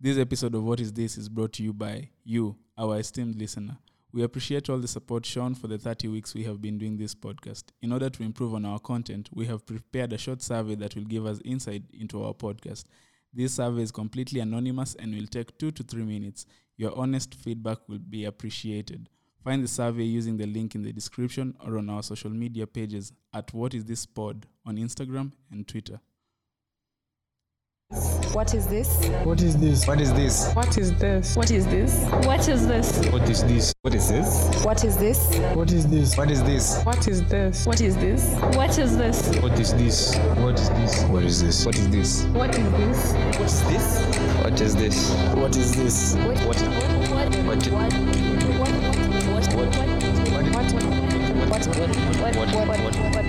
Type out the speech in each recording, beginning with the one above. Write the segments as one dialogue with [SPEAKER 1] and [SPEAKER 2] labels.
[SPEAKER 1] This episode of What Is This is brought to you by you, our esteemed listener. We appreciate all the support shown for the 30 weeks we have been doing this podcast. In order to improve on our content, we have prepared a short survey that will give us insight into our podcast. This survey is completely anonymous and will take two to three minutes. Your honest feedback will be appreciated. Find the survey using the link in the description or on our social media pages at What Is This Pod on Instagram and Twitter.
[SPEAKER 2] What is this?
[SPEAKER 3] What is this?
[SPEAKER 4] What is this?
[SPEAKER 5] What is this?
[SPEAKER 6] What is this?
[SPEAKER 7] What is this?
[SPEAKER 4] What is this? What is this?
[SPEAKER 2] What is this?
[SPEAKER 3] What is this?
[SPEAKER 4] What is this?
[SPEAKER 5] What is this?
[SPEAKER 6] What is this?
[SPEAKER 7] What is this?
[SPEAKER 4] What is this? What is this? What is this? What is this?
[SPEAKER 6] What is this?
[SPEAKER 4] What's this? What is this?
[SPEAKER 3] What is this?
[SPEAKER 6] What? What? What? What? What?
[SPEAKER 4] What?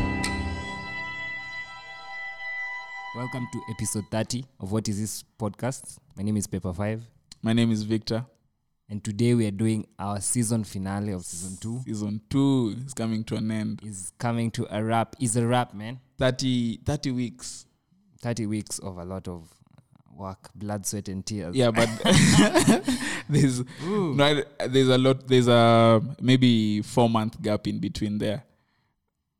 [SPEAKER 8] Welcome to episode 30 of What Is This podcast. My name is Paper 5,
[SPEAKER 1] My name is Victor.
[SPEAKER 8] and today we are doing our season finale of season 2.
[SPEAKER 1] Season 2 is coming to an end.
[SPEAKER 8] Is coming to a wrap. Is a wrap, man.
[SPEAKER 1] 30, 30 weeks.
[SPEAKER 8] 30 weeks of a lot of work, blood, sweat, and tears.
[SPEAKER 1] Yeah, but there's no, I- there's a lot. There's a maybe four month gap in between there.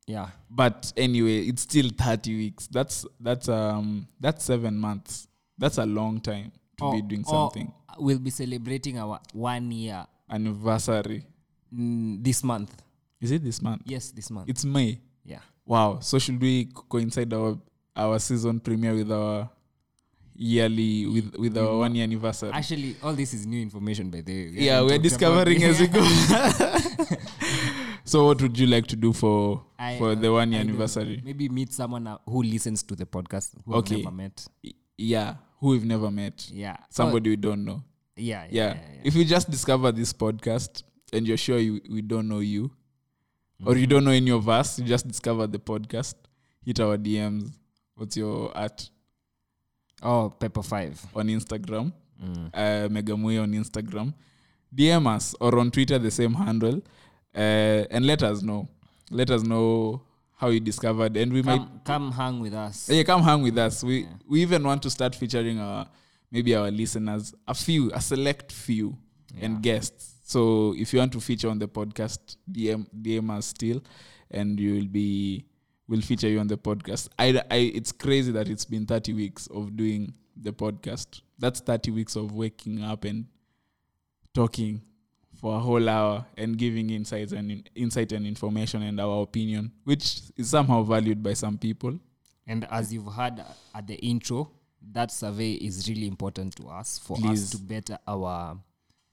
[SPEAKER 8] Yeah.
[SPEAKER 1] But anyway, it's still 30 weeks. That's that's um that's seven months. That's a long time to be
[SPEAKER 8] Or-
[SPEAKER 1] doing
[SPEAKER 8] or
[SPEAKER 1] something.
[SPEAKER 8] We'll be celebrating our one year
[SPEAKER 1] Anniversary.
[SPEAKER 8] mm, this month.
[SPEAKER 1] Is it this month?
[SPEAKER 8] Yes, this month.
[SPEAKER 1] It's May.
[SPEAKER 8] yeah.
[SPEAKER 1] Wow. So should we co- coincide our our season premiere with our yearly with with our one year anniversary?
[SPEAKER 8] Actually, all this is new information, by the way. We
[SPEAKER 1] yeah,
[SPEAKER 8] haven't
[SPEAKER 1] we're
[SPEAKER 8] talked
[SPEAKER 1] discovering as
[SPEAKER 8] about-
[SPEAKER 1] we go. so, what would you like to do for
[SPEAKER 8] I- uh,
[SPEAKER 1] for the one year
[SPEAKER 8] I don't know.
[SPEAKER 1] anniversary?
[SPEAKER 8] Maybe meet someone uh, who listens to the podcast who I've
[SPEAKER 1] Okay.
[SPEAKER 8] never met.
[SPEAKER 1] Y- Yeah, who we've never met,
[SPEAKER 8] Yeah. Oh,
[SPEAKER 1] somebody we don't know.
[SPEAKER 8] yeah, yeah,
[SPEAKER 1] Yeah.
[SPEAKER 8] yeah, yeah.
[SPEAKER 1] if you just discover this podcast and you're sure you, we don't know you, or
[SPEAKER 8] Mm-hmm.
[SPEAKER 1] you don't know any of us, you just discover the podcast. Hit our DMs. What's your at
[SPEAKER 8] Oh, Pepper Five.
[SPEAKER 1] on Instagram? uh, Megamui on Instagram. DM us or on Twitter, the same handle, uh, and let us know. Let us know how you discovered, and we might
[SPEAKER 8] Come, come hang with us.
[SPEAKER 1] yeah come hang with us. We we even want to start featuring our maybe our listeners, a few, a select few, and guests. So if you want to feature on the podcast, DM DM us still, and you will be will feature you on the podcast. I, I it's crazy that it's been thirty weeks of doing the podcast. That's thirty weeks of waking up and talking for a whole hour and giving insights and in, insight and information and our opinion, which is somehow valued by some people.
[SPEAKER 8] And as you've heard at the intro, that survey is really important to us for
[SPEAKER 1] Please.
[SPEAKER 8] us to better our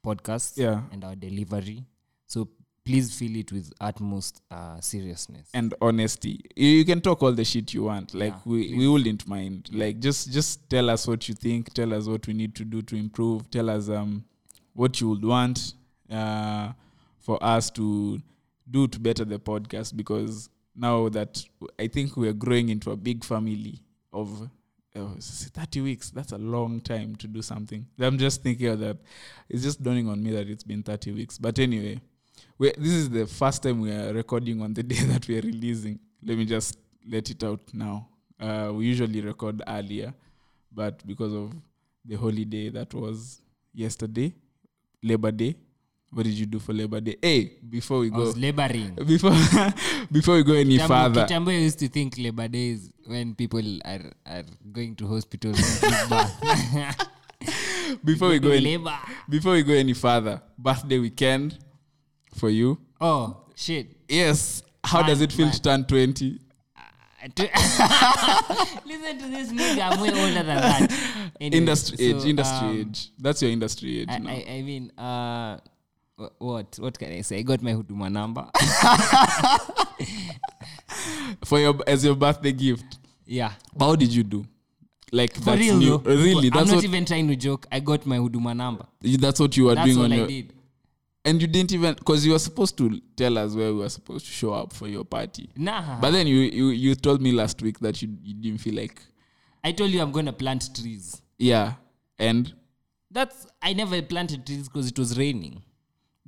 [SPEAKER 8] podcast
[SPEAKER 1] Yeah.
[SPEAKER 8] and our delivery. So please fill it with utmost uh, seriousness.
[SPEAKER 1] and honesty. You you can talk all the shit you want. Like
[SPEAKER 8] Yeah,
[SPEAKER 1] we, we wouldn't mind. Like just just tell us what you think. Tell us what we need to do to improve. Tell us um what you would want uh for us to do to better the podcast because now that w- I think we are growing into a big family of uh, s- 30 weeks that's a long time to do something i'm just thinking of that it's just dawning on me that it's been 30 weeks but anyway we, this is the first time we are recording on the day that we are releasing. Let me just let it out now. Uh, we usually record earlier, but because of the holiday that was yesterday, Labor Day. What did you do for Labor Day? Hey, before we
[SPEAKER 8] I
[SPEAKER 1] go,
[SPEAKER 8] was laboring.
[SPEAKER 1] before before we go any
[SPEAKER 8] Kitambo-
[SPEAKER 1] further,
[SPEAKER 8] Kitambo used to think Labor Day is when people are, are going to hospital. to give birth.
[SPEAKER 1] before we go any,
[SPEAKER 8] labor.
[SPEAKER 1] before we go any further, birthday weekend for you.
[SPEAKER 8] Oh, shit.
[SPEAKER 1] Yes. How does it feel to turn twenty?
[SPEAKER 8] I do- Listen to this nigga. I'm way older than that. Anyway,
[SPEAKER 1] Industry
[SPEAKER 8] so,
[SPEAKER 1] age, industry
[SPEAKER 8] um,
[SPEAKER 1] age. That's your industry age.
[SPEAKER 8] I,
[SPEAKER 1] now.
[SPEAKER 8] I, I mean, uh, wh- what what can I say? I got my Huduma number.
[SPEAKER 1] for your as your birthday gift.
[SPEAKER 8] yeah.
[SPEAKER 1] But how did you do? Like
[SPEAKER 8] For
[SPEAKER 1] that's
[SPEAKER 8] real,
[SPEAKER 1] new.
[SPEAKER 8] though.
[SPEAKER 1] really.
[SPEAKER 8] I'm
[SPEAKER 1] That's
[SPEAKER 8] not
[SPEAKER 1] what
[SPEAKER 8] even trying to joke. I got my Huduma number.
[SPEAKER 1] you- that's what you were
[SPEAKER 8] That's
[SPEAKER 1] doing
[SPEAKER 8] all
[SPEAKER 1] on
[SPEAKER 8] I
[SPEAKER 1] your
[SPEAKER 8] did.
[SPEAKER 1] and you didn't even because you were supposed to tell us where we were supposed to show up for your party.
[SPEAKER 8] Nah.
[SPEAKER 1] But then you, you you told me last week that you you didn't feel like
[SPEAKER 8] I told you I'm going to plant trees.
[SPEAKER 1] yeah and
[SPEAKER 8] That's I never planted trees because it was raining.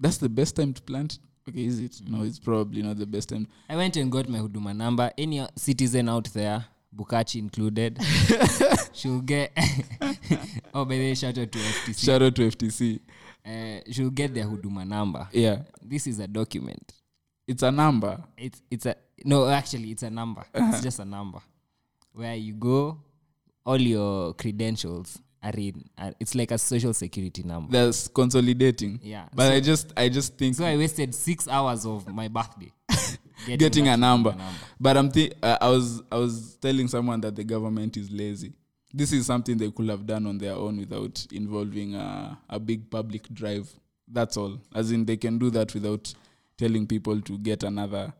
[SPEAKER 1] that's the best time to plant. Okay, is it? No, it's probably not the best time.
[SPEAKER 8] I went and got my Huduma number. Any citizen out there, bukachi included she'll get oh by the way shout out to ftc
[SPEAKER 1] shout out to ftc
[SPEAKER 8] uh, she'll get their huduma number
[SPEAKER 1] yeah
[SPEAKER 8] this is a document
[SPEAKER 1] it's a number
[SPEAKER 8] it's it's a no actually it's a number it's just a number where you go all your credentials are in are, it's like a social security number
[SPEAKER 1] that's consolidating
[SPEAKER 8] Yeah,
[SPEAKER 1] but i just i just think
[SPEAKER 8] so i wasted six hours of my birthday getting,
[SPEAKER 1] getting
[SPEAKER 8] that
[SPEAKER 1] a number.
[SPEAKER 8] number.
[SPEAKER 1] But I'm thi- uh, I was I was telling someone that the government is lazy. This is something they could have done on their own without involving a, a big public drive. That's all. As in, they can do that without telling people to get another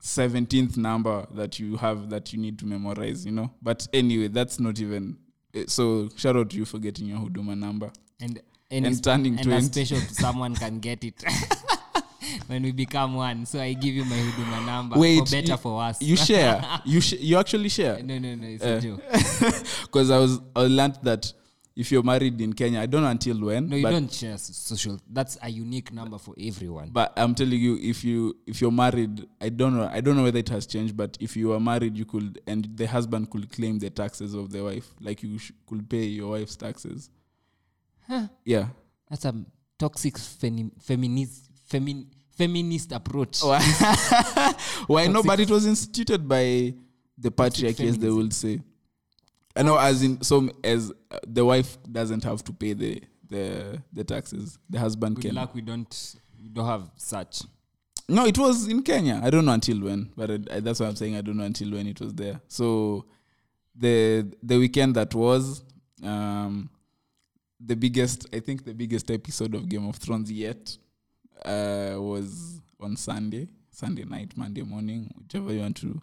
[SPEAKER 1] seventeenth number that you have that you need to memorize. You know. But anyway, that's not even. eh, So shout out to you for getting your Huduma number.
[SPEAKER 8] and and,
[SPEAKER 1] And
[SPEAKER 8] it's-
[SPEAKER 1] turning
[SPEAKER 8] and
[SPEAKER 1] 20.
[SPEAKER 8] a special someone can get it when we become one so i give you my huduma number for better
[SPEAKER 1] you,
[SPEAKER 8] for worse
[SPEAKER 1] You share. Eh. you sh- you actually share.
[SPEAKER 8] no no no it's a joke
[SPEAKER 1] because I was I learned that if you're married in Kenya, I don't know until when.
[SPEAKER 8] no you
[SPEAKER 1] but,
[SPEAKER 8] don't share s- social that's a unique number for everyone
[SPEAKER 1] But I'm telling you, if you if you're married, I don't know. I don't know whether it has changed. But if you are married, you could and the husband could claim the taxes of the wife, like you sh- could pay your wife's taxes. Yeah.
[SPEAKER 8] that's a toxic femi- feminist femin- feminist approach
[SPEAKER 1] Why Why no? But it was instituted by the patriarchy, as they
[SPEAKER 8] feminism.
[SPEAKER 1] would say. I know, as in, so as uh, the wife doesn't have to pay the the the taxes, the husband
[SPEAKER 8] good
[SPEAKER 1] can.
[SPEAKER 8] luck we don't we don't have such
[SPEAKER 1] No, it was in Kenya. I don't know until when, but I, I, that's what I'm saying. I don't know until when it was there. So, the the weekend that was, um, the biggest, I think, the biggest episode of Game of Thrones yet, uh, was on Sunday, Sunday night, Monday morning, whichever you want to.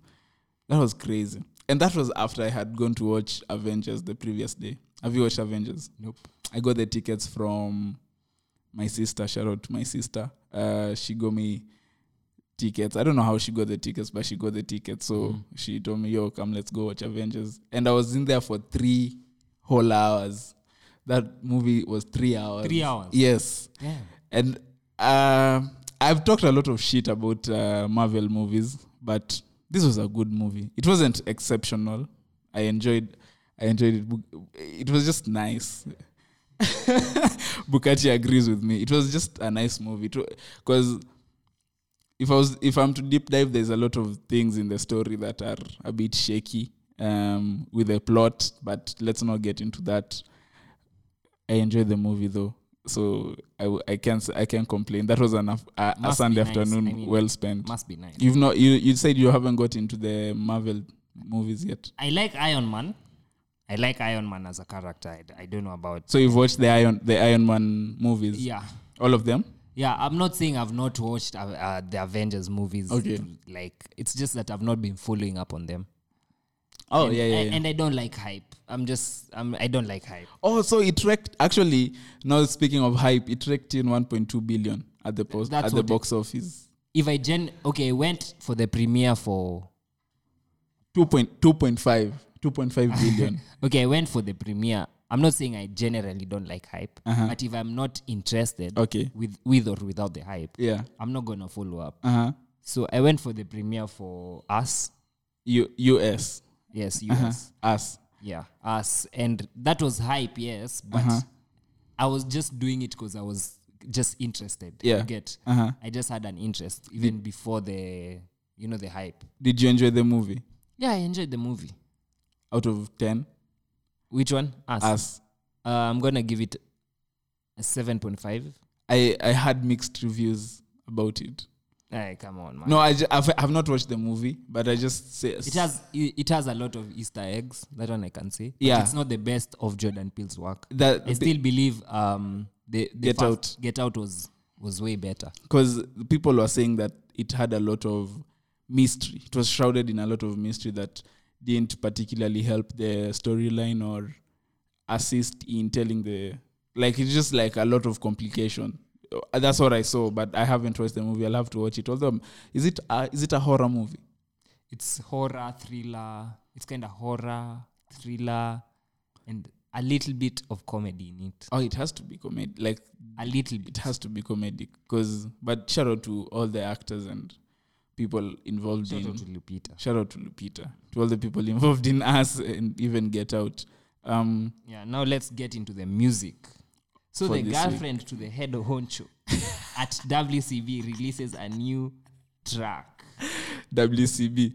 [SPEAKER 1] That was crazy, and that was after I had gone to watch Avengers the previous day. Have you watched Avengers?
[SPEAKER 8] nope
[SPEAKER 1] I got the tickets from my sister. Shout out to my sister. Uh, she got me tickets. I don't know how she got the tickets, but she got the tickets. So
[SPEAKER 8] Mm-hmm.
[SPEAKER 1] she told me, "Yo, come, let's go watch Avengers." And I was in there for three whole hours. That movie was three hours.
[SPEAKER 8] Three hours?
[SPEAKER 1] Yes.
[SPEAKER 8] yeah
[SPEAKER 1] And uh, I've talked a lot of shit about uh, Marvel movies, but this was a good movie. It wasn't exceptional. I enjoyed. I enjoyed it. It was just nice. Bukachi agrees with me. It was just a nice movie because if I was if I'm to deep dive, there's a lot of things in the story that are a bit shaky um, with the plot, but let's not get into that. I enjoyed the movie though, so I, w- I can't s- I can't complain. That was an af- a, a
[SPEAKER 8] Must
[SPEAKER 1] Sunday
[SPEAKER 8] be nice.
[SPEAKER 1] afternoon
[SPEAKER 8] I mean,
[SPEAKER 1] well spent.
[SPEAKER 8] must be nice
[SPEAKER 1] You've not you you said you haven't got into the Marvel movies yet,
[SPEAKER 8] i like iron man i like iron man as a character i, I don't know about
[SPEAKER 1] so you've watched the Iron the Iron Man movies,
[SPEAKER 8] yeah
[SPEAKER 1] all of them.
[SPEAKER 8] yeah i'm not saying i've not watched uh, uh, the avengers movies
[SPEAKER 1] Okay.
[SPEAKER 8] like it's just that i've not been following up on them
[SPEAKER 1] Oh
[SPEAKER 8] and,
[SPEAKER 1] yeah, yeah,
[SPEAKER 8] and-
[SPEAKER 1] yeah.
[SPEAKER 8] and i don't like hype i'm just I'm, i don't like hype
[SPEAKER 1] Oh, so it wrecked. Actually, now speaking of hype, it wrecked in 1.2 billion at the post
[SPEAKER 8] That's
[SPEAKER 1] at the
[SPEAKER 8] what it-
[SPEAKER 1] box office.
[SPEAKER 8] if i gen okay i went for the premiere for
[SPEAKER 1] 2.2.5 2.5 billion.
[SPEAKER 8] okay i went for the premiere i'm not saying i generally don't like hype
[SPEAKER 1] Uh-huh.
[SPEAKER 8] but if i'm not interested
[SPEAKER 1] Okay.
[SPEAKER 8] with with or without the hype
[SPEAKER 1] yeah.
[SPEAKER 8] i'm not gonna follow up
[SPEAKER 1] Uh huh.
[SPEAKER 8] so i went for the premiere for us
[SPEAKER 1] U- US.
[SPEAKER 8] yes us
[SPEAKER 1] Uh-huh. Us.
[SPEAKER 8] yeah us and that was hype yes but
[SPEAKER 1] Uh-huh.
[SPEAKER 8] i was just doing it because i was just interested
[SPEAKER 1] Yeah.
[SPEAKER 8] you get
[SPEAKER 1] Uh-huh.
[SPEAKER 8] i just had an interest even before the you know the hype
[SPEAKER 1] Did you enjoy the movie?
[SPEAKER 8] yeah i enjoyed the movie
[SPEAKER 1] Out of 10,
[SPEAKER 8] which one us,
[SPEAKER 1] us.
[SPEAKER 8] Uh, i'm gonna give it a 7.5
[SPEAKER 1] I I had mixed reviews about it.
[SPEAKER 8] Hey, come on man
[SPEAKER 1] No, I ju- I've, I've not watched the movie, but I just say
[SPEAKER 8] it has it it has a lot of easter eggs that one i can say But
[SPEAKER 1] Yeah.
[SPEAKER 8] it's not the best of jordan peele's work
[SPEAKER 1] that
[SPEAKER 8] i still believe um the, the
[SPEAKER 1] Get
[SPEAKER 8] first-
[SPEAKER 1] Out.
[SPEAKER 8] get out was was way better
[SPEAKER 1] because people were saying that it had a lot of mystery. It was shrouded in a lot of mystery that didn't particularly help the storyline or assist in telling the like it's just like a lot of complication. Uh, That's what I saw, but I haven't watched the movie. I'll have to watch it. Although, is it a, is it a horror movie?
[SPEAKER 8] it's horror thriller it's kind of horror thriller and a little bit of comedy in it
[SPEAKER 1] Oh, it has to be comedic. Like
[SPEAKER 8] a little
[SPEAKER 1] it
[SPEAKER 8] bit
[SPEAKER 1] has to be comedic. Cause, but shout out to all the actors and people involved
[SPEAKER 8] Shout
[SPEAKER 1] in
[SPEAKER 8] out to Lupita.
[SPEAKER 1] shout out to Lupita to all the people involved in us and even Get Out. Um,
[SPEAKER 8] Yeah, now let's get into the music. So
[SPEAKER 1] For
[SPEAKER 8] the
[SPEAKER 1] this
[SPEAKER 8] girlfriend to the head honcho at WCB releases a new track.
[SPEAKER 1] WCB.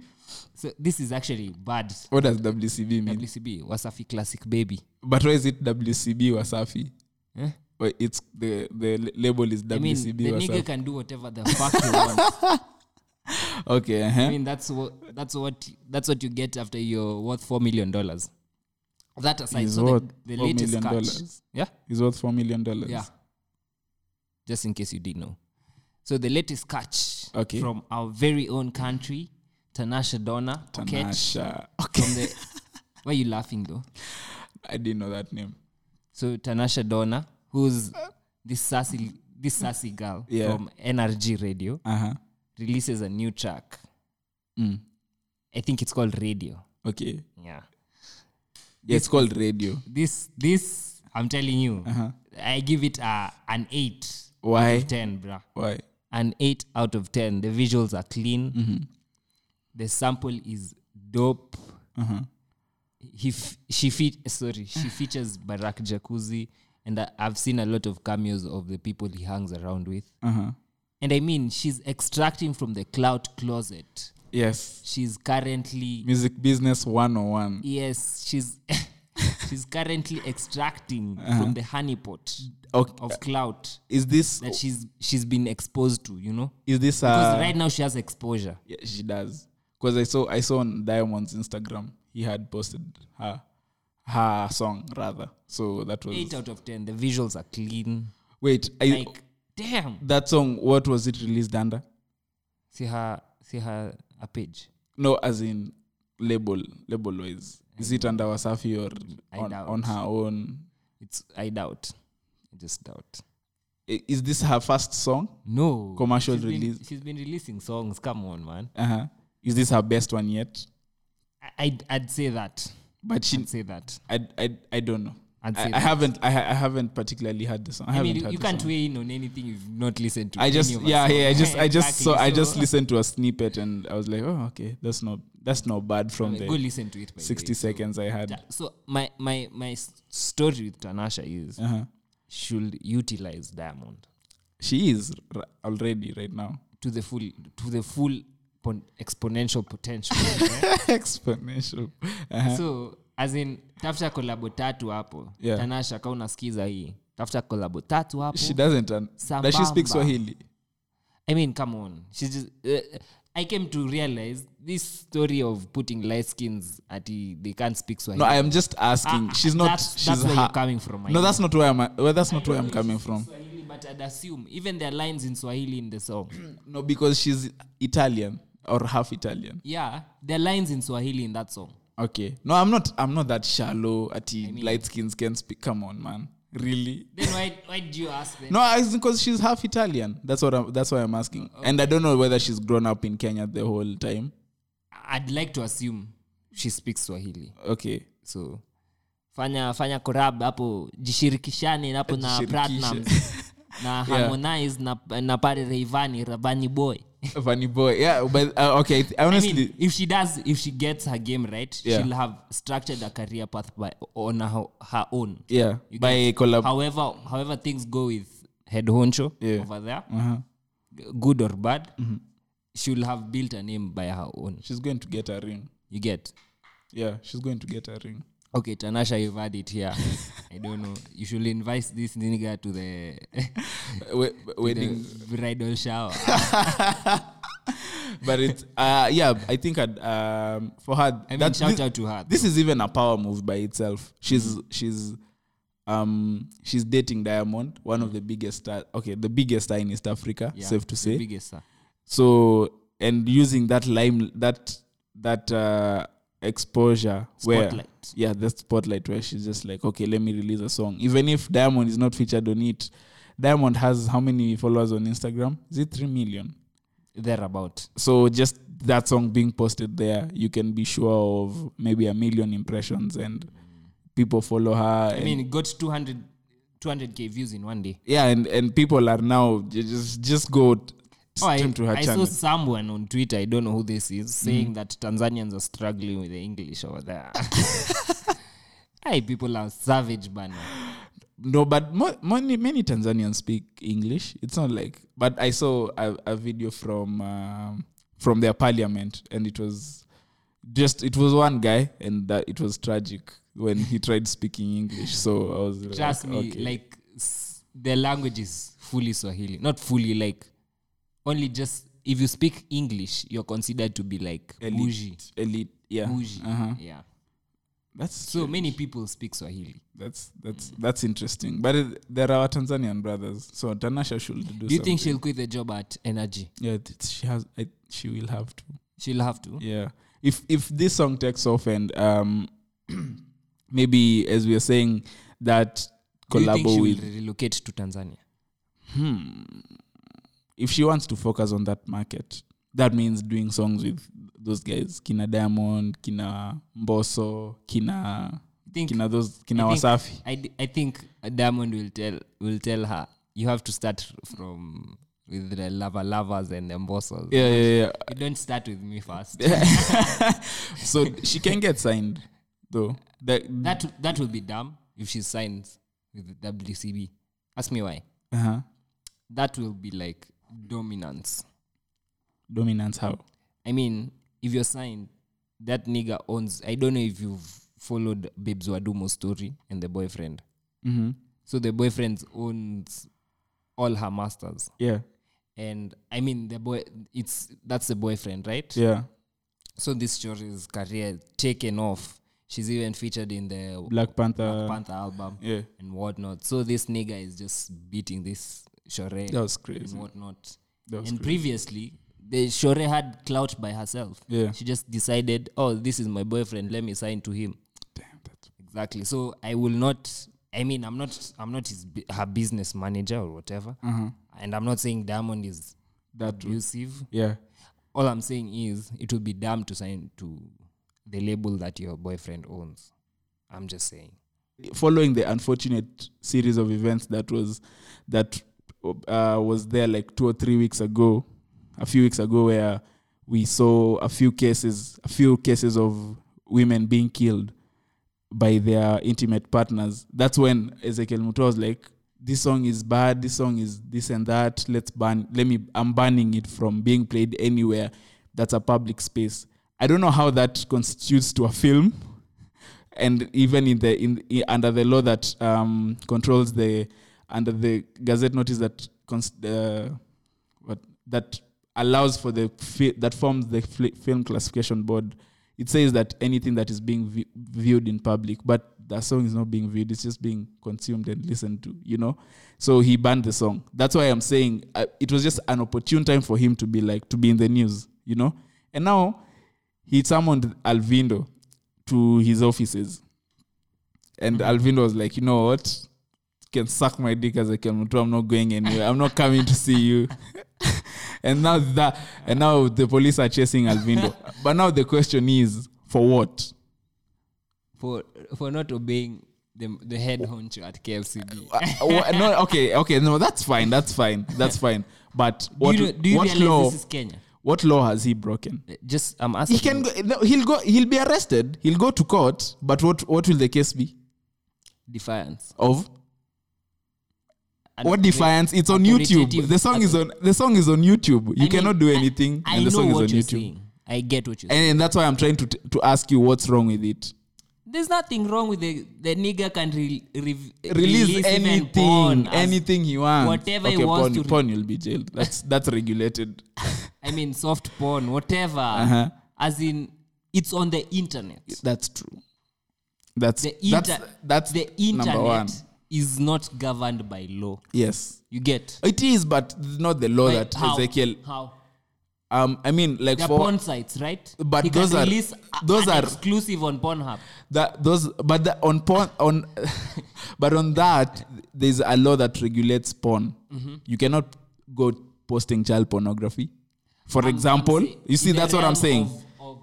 [SPEAKER 8] So this is actually bad.
[SPEAKER 1] What does WCB mean?
[SPEAKER 8] WCB Wasafi Classic Baby.
[SPEAKER 1] but why is it WCB Wasafi?
[SPEAKER 8] Eh?
[SPEAKER 1] Well, it's the the l- label is
[SPEAKER 8] I mean,
[SPEAKER 1] WCB
[SPEAKER 8] the nigga
[SPEAKER 1] Wasafi.
[SPEAKER 8] can do whatever the fuck he wants.
[SPEAKER 1] okay, uh-huh.
[SPEAKER 8] I mean, that's what that's what that's what you get after you're worth four million dollars. That aside,
[SPEAKER 1] He's
[SPEAKER 8] so the-
[SPEAKER 1] worth
[SPEAKER 8] the,
[SPEAKER 1] $4
[SPEAKER 8] latest
[SPEAKER 1] million
[SPEAKER 8] catch,
[SPEAKER 1] dollars.
[SPEAKER 8] yeah,
[SPEAKER 1] it's worth four million dollars.
[SPEAKER 8] yeah. Just in case you didn't know, so the latest catch
[SPEAKER 1] Okay.
[SPEAKER 8] from our very own country, Tanasha Donna, Tanasha.
[SPEAKER 1] Tanasha.
[SPEAKER 8] From the, why are you laughing though?
[SPEAKER 1] I didn't know that name.
[SPEAKER 8] So Tanasha Donna, who's this sassy this sassy girl
[SPEAKER 1] Yeah.
[SPEAKER 8] from NRG Radio,
[SPEAKER 1] Uh huh.
[SPEAKER 8] releases a new track.
[SPEAKER 1] Mm.
[SPEAKER 8] I think it's called Radio.
[SPEAKER 1] Okay.
[SPEAKER 8] Yeah.
[SPEAKER 1] Yeah, it's called radio.
[SPEAKER 8] This this I'm telling you,
[SPEAKER 1] Uh-huh.
[SPEAKER 8] I give it a an eight
[SPEAKER 1] Why?
[SPEAKER 8] ten, bruh.
[SPEAKER 1] Why?
[SPEAKER 8] An eight out of ten. The visuals are clean.
[SPEAKER 1] Mm-hmm.
[SPEAKER 8] The sample is dope.
[SPEAKER 1] Uh-huh.
[SPEAKER 8] He f- she fe- sorry she features Barack Jacuzzi, and I, I've seen a lot of cameos of the people he hangs around with.
[SPEAKER 1] Uh huh.
[SPEAKER 8] And I mean, she's extracting from the cloud closet.
[SPEAKER 1] Yes.
[SPEAKER 8] She's currently
[SPEAKER 1] Music business 101.
[SPEAKER 8] yes, she's she's currently extracting from the honeypot
[SPEAKER 1] Uh-huh. Okay.
[SPEAKER 8] of clout
[SPEAKER 1] Is this
[SPEAKER 8] that she's she's been exposed to. You know,
[SPEAKER 1] is this
[SPEAKER 8] because
[SPEAKER 1] uh
[SPEAKER 8] right now she has exposure.
[SPEAKER 1] yeah, she does because I saw I saw on Diamond's Instagram he had posted her her song rather so that was
[SPEAKER 8] Eight out of ten. The visuals are clean.
[SPEAKER 1] wait I,
[SPEAKER 8] Like damn.
[SPEAKER 1] that song what was it released under
[SPEAKER 8] See her. See her. A page.
[SPEAKER 1] no as in label label wise is it under Wasafi or
[SPEAKER 8] I
[SPEAKER 1] on,
[SPEAKER 8] doubt.
[SPEAKER 1] on her own
[SPEAKER 8] It's I doubt. I just doubt.
[SPEAKER 1] I- is this her first song
[SPEAKER 8] No
[SPEAKER 1] Commercial
[SPEAKER 8] She's been-
[SPEAKER 1] release.
[SPEAKER 8] she's been releasing songs. Come on, man.
[SPEAKER 1] uh-huh is this her best one yet
[SPEAKER 8] I, I'd, I'd say that.
[SPEAKER 1] but she
[SPEAKER 8] I'd say that.
[SPEAKER 1] I I, I don't know
[SPEAKER 8] I'd say
[SPEAKER 1] I, I
[SPEAKER 8] that.
[SPEAKER 1] haven't I, ha- I haven't particularly heard the song I,
[SPEAKER 8] I
[SPEAKER 1] haven't
[SPEAKER 8] mean, you,
[SPEAKER 1] heard
[SPEAKER 8] you
[SPEAKER 1] the
[SPEAKER 8] can't
[SPEAKER 1] song.
[SPEAKER 8] weigh in on anything you've not listened to.
[SPEAKER 1] I
[SPEAKER 8] any
[SPEAKER 1] just
[SPEAKER 8] of us.
[SPEAKER 1] yeah yeah I just I just
[SPEAKER 8] Exactly,
[SPEAKER 1] so I just listened to a snippet and I was like oh okay that's not that's not bad
[SPEAKER 8] I
[SPEAKER 1] from
[SPEAKER 8] mean, Go
[SPEAKER 1] the
[SPEAKER 8] listen to it. By
[SPEAKER 1] sixty
[SPEAKER 8] the way.
[SPEAKER 1] seconds I had
[SPEAKER 8] Yeah, So my my my s- story with Tanasha is
[SPEAKER 1] uh-huh.
[SPEAKER 8] she'll utilize Diamond
[SPEAKER 1] she is r- already right now
[SPEAKER 8] to the full to the full pon- exponential potential. eh?
[SPEAKER 1] exponential uh-huh.
[SPEAKER 8] so as in tafuta kolabo tatu hapo
[SPEAKER 1] Yeah.
[SPEAKER 8] Tanasha kama unasikiza hii tafuta kolabo tatu hapo.
[SPEAKER 1] she doesn't un- does she speak
[SPEAKER 8] Sambamba.
[SPEAKER 1] Swahili
[SPEAKER 8] I mean, come on. She's just. Uh, I came to realize this story of putting light skins at the, they can't speak Swahili.
[SPEAKER 1] no I am just asking
[SPEAKER 8] Ah,
[SPEAKER 1] she's not
[SPEAKER 8] That's,
[SPEAKER 1] she's
[SPEAKER 8] that's where
[SPEAKER 1] her-
[SPEAKER 8] you're coming from. I
[SPEAKER 1] no
[SPEAKER 8] know.
[SPEAKER 1] that's not where I'm at- well, that's not where I'm coming from
[SPEAKER 8] Swahili, but I'd assume even there are lines in Swahili in the song.
[SPEAKER 1] no because she's Italian or half Italian
[SPEAKER 8] yeah, there are lines in Swahili in that song.
[SPEAKER 1] okay no I'm not I'm not that shallow at light skins can speak come on man really
[SPEAKER 8] Then why why did you ask them?
[SPEAKER 1] No, it's because she's half Italian. That's what I'm, that's why I'm asking. And I don't know whether she's grown up in Kenya the whole time.
[SPEAKER 8] I'd like to assume she speaks Swahili.
[SPEAKER 1] Okay.
[SPEAKER 8] So fanya fanya korab hapo jishirikishane hapo na
[SPEAKER 1] Jishirikishe.
[SPEAKER 8] Platinum na Harmonize na na pale Rayvanny Rabani boy.
[SPEAKER 1] Vanny boy. Yeah, but uh, okay, I
[SPEAKER 8] I
[SPEAKER 1] honestly
[SPEAKER 8] mean, if she does, if she gets her game right,
[SPEAKER 1] Yeah.
[SPEAKER 8] she'll have structured a career path by on her, her own.
[SPEAKER 1] yeah,
[SPEAKER 8] You
[SPEAKER 1] by
[SPEAKER 8] get-
[SPEAKER 1] collab
[SPEAKER 8] However, however things go with head honcho
[SPEAKER 1] Yeah. Mm-hmm.
[SPEAKER 8] over there,
[SPEAKER 1] Uh-huh.
[SPEAKER 8] good or bad, she'll have built a name by her own.
[SPEAKER 1] she's going to get a ring.
[SPEAKER 8] You get
[SPEAKER 1] Yeah, she's going to get a ring.
[SPEAKER 8] okay, Tanasha, you've had it here. I don't know. You should invite this nigga to the,
[SPEAKER 1] Uh, we- wedding,
[SPEAKER 8] the bridal shower.
[SPEAKER 1] but it's uh yeah, I think I'd, um for her
[SPEAKER 8] I mean,
[SPEAKER 1] that-
[SPEAKER 8] shout
[SPEAKER 1] this,
[SPEAKER 8] out to her.
[SPEAKER 1] this is even a power move by itself. She's she's um she's dating Diamond, one of the biggest star, okay, the biggest star in East Africa,
[SPEAKER 8] Yeah,
[SPEAKER 1] safe to
[SPEAKER 8] the
[SPEAKER 1] say.
[SPEAKER 8] biggest star.
[SPEAKER 1] so and using that lime that that uh exposure where
[SPEAKER 8] Spotlight.
[SPEAKER 1] yeah the spotlight where she's just like okay let me release a song even if diamond is not featured on it diamond has how many followers on instagram is it 3 million
[SPEAKER 8] Thereabout.
[SPEAKER 1] so just that song being posted there you can be sure of maybe a million impressions and people follow her
[SPEAKER 8] I
[SPEAKER 1] and-
[SPEAKER 8] mean, it got 200, 200k views in one day.
[SPEAKER 1] yeah and and people are now j- just just go t- it's
[SPEAKER 8] Oh, I,
[SPEAKER 1] time to her
[SPEAKER 8] I saw
[SPEAKER 1] channel. Mm.
[SPEAKER 8] someone on Twitter, I don't know who this is, saying that Tanzanians are struggling with the English over there. Hey, people are savage, man.
[SPEAKER 1] No, but mo- many many Tanzanians speak English. It's not like. But I saw a, a video from um from their parliament, and it was just it was one guy, and that it was tragic when he tried speaking English. So I was
[SPEAKER 8] Trust
[SPEAKER 1] like,
[SPEAKER 8] me,
[SPEAKER 1] okay.
[SPEAKER 8] like s- their language is fully Swahili, not fully like only just. If you speak English, you're considered to be like bougie,
[SPEAKER 1] elite, elite, yeah,
[SPEAKER 8] bougie.
[SPEAKER 1] Uh-huh.
[SPEAKER 8] Yeah.
[SPEAKER 1] That's
[SPEAKER 8] So many people speak Swahili.
[SPEAKER 1] that's that's that's interesting. But it, there are Tanzanian brothers, so Tanasha should do.
[SPEAKER 8] Do you think she'll quit the job at Energy?
[SPEAKER 1] Yeah, th- she has. I, she will have to.
[SPEAKER 8] She'll have to.
[SPEAKER 1] yeah if if this song takes off and um maybe as we are saying that
[SPEAKER 8] Do you think she
[SPEAKER 1] collabo
[SPEAKER 8] will
[SPEAKER 1] with hmm,
[SPEAKER 8] relocate to Tanzania?
[SPEAKER 1] if she wants to focus on that market that means doing songs with those guys kina diamond kina mboso kina
[SPEAKER 8] Think
[SPEAKER 1] kina those kina
[SPEAKER 8] I think-
[SPEAKER 1] wasafi
[SPEAKER 8] I, d- I think Diamond will tell will tell her you have to start from with the lava lovers and the bosses.
[SPEAKER 1] yeah yeah yeah
[SPEAKER 8] You don't start with me first.
[SPEAKER 1] so she can get signed though that,
[SPEAKER 8] that that will be dumb if she signs with the WCB. Ask me why.
[SPEAKER 1] uh-huh.
[SPEAKER 8] That will be like dominance.
[SPEAKER 1] dominance how
[SPEAKER 8] I mean, if you're signed, that nigga owns. I don't know if you've followed Babes Wadumo's story and the boyfriend.
[SPEAKER 1] mm-hmm.
[SPEAKER 8] So the boyfriend owns all her masters.
[SPEAKER 1] yeah
[SPEAKER 8] and I mean the boy it's that's the boyfriend, right?
[SPEAKER 1] yeah
[SPEAKER 8] So this Chori's career taken off. She's even featured in the
[SPEAKER 1] black panther,
[SPEAKER 8] Black Panther album
[SPEAKER 1] yeah
[SPEAKER 8] and whatnot. So this nigga is just beating this Shore
[SPEAKER 1] that was crazy
[SPEAKER 8] and whatnot.
[SPEAKER 1] that was
[SPEAKER 8] and
[SPEAKER 1] crazy.
[SPEAKER 8] previously the Shore had clout by herself.
[SPEAKER 1] Yeah.
[SPEAKER 8] She just decided, Oh, this is my boyfriend, let me sign to him.
[SPEAKER 1] Damn, that's
[SPEAKER 8] Exactly. So I will not. I mean, I'm not. I'm not his, bu- her business manager or whatever. And I'm not saying Diamond is
[SPEAKER 1] Mm-hmm. That too.
[SPEAKER 8] abusive.
[SPEAKER 1] yeah
[SPEAKER 8] All I'm saying is it would be dumb to sign to the label that your boyfriend owns. I'm just saying.
[SPEAKER 1] following the unfortunate series of events that was that uh, was there like two or three weeks ago, a few weeks ago, where we saw a few cases, a few cases of women being killed by their intimate partners. That's when Ezekiel Mutua was like, "This song is bad. This song is this and that. Let's ban. Let me. I'm banning it from being played anywhere that's a public space." I don't know how that constitutes to a film and even in the in, i under the law that um, controls the under the gazette notice that cons- uh, what that allows for the fi- that forms the fli film classification board it says that anything that is being vi- viewed in public but the song is not being viewed it's just being consumed and listened to you know so he banned the song that's why i'm saying uh, it was just an opportune time for him to be like to be in the news you know and now he summoned alvindo to his offices. And
[SPEAKER 8] Mm-hmm.
[SPEAKER 1] Alvin was like, you know what? You can suck my dick as I can. Mutua. I'm not going anywhere. I'm not coming to see you. and now that and now the police are chasing Alvindo. but now the question is, for what?
[SPEAKER 8] For for not obeying the the head honcho at KFCB.
[SPEAKER 1] Uh, wha- no, okay, okay, no, that's fine, that's fine, that's fine. But
[SPEAKER 8] do
[SPEAKER 1] what,
[SPEAKER 8] you, know- do you
[SPEAKER 1] what
[SPEAKER 8] realize
[SPEAKER 1] law?
[SPEAKER 8] this is Kenya?
[SPEAKER 1] What law has he broken?
[SPEAKER 8] Just I'm asking.
[SPEAKER 1] He can go, no, he'll go. He'll be arrested. He'll go to court. But what? What will the case be
[SPEAKER 8] defiance.
[SPEAKER 1] of?
[SPEAKER 8] And
[SPEAKER 1] what defiance it's on youtube
[SPEAKER 8] authoritative-
[SPEAKER 1] the song is on the song is on youtube you
[SPEAKER 8] I mean,
[SPEAKER 1] cannot do
[SPEAKER 8] I-
[SPEAKER 1] anything
[SPEAKER 8] I,
[SPEAKER 1] and the
[SPEAKER 8] know
[SPEAKER 1] song
[SPEAKER 8] what
[SPEAKER 1] is on
[SPEAKER 8] you're
[SPEAKER 1] youtube
[SPEAKER 8] saying. I get what you're saying.
[SPEAKER 1] and, and that's why i'm trying to t- to ask you what's wrong with it
[SPEAKER 8] There's nothing wong with the the nigga can re, re-
[SPEAKER 1] release,
[SPEAKER 8] even
[SPEAKER 1] anything
[SPEAKER 8] porn as-
[SPEAKER 1] anything he wants
[SPEAKER 8] whatever
[SPEAKER 1] okay,
[SPEAKER 8] he wants
[SPEAKER 1] porn,
[SPEAKER 8] to re-
[SPEAKER 1] porn you'll be jailed that's that's regulated
[SPEAKER 8] I mean soft porn, whatever.
[SPEAKER 1] Uh-huh.
[SPEAKER 8] As in, it's on the internet.
[SPEAKER 1] that's true that's
[SPEAKER 8] The
[SPEAKER 1] that's
[SPEAKER 8] inter-
[SPEAKER 1] that's
[SPEAKER 8] the
[SPEAKER 1] number one
[SPEAKER 8] internet is not governed by law.
[SPEAKER 1] yes
[SPEAKER 8] You get
[SPEAKER 1] it is but not the law
[SPEAKER 8] By
[SPEAKER 1] that
[SPEAKER 8] how?
[SPEAKER 1] ezekiel
[SPEAKER 8] How?
[SPEAKER 1] um i mean like
[SPEAKER 8] They're
[SPEAKER 1] for
[SPEAKER 8] porn sites, right?
[SPEAKER 1] But
[SPEAKER 8] He can
[SPEAKER 1] those are-
[SPEAKER 8] release a-
[SPEAKER 1] those
[SPEAKER 8] an
[SPEAKER 1] are-
[SPEAKER 8] exclusive on Pornhub.
[SPEAKER 1] that those but the, on porn on but on that there's a law that regulates porn
[SPEAKER 8] Mm-hmm.
[SPEAKER 1] you cannot go posting child pornography for example
[SPEAKER 8] I'm saying,
[SPEAKER 1] you see
[SPEAKER 8] in the
[SPEAKER 1] that's what i'm
[SPEAKER 8] realm
[SPEAKER 1] saying
[SPEAKER 8] of- of-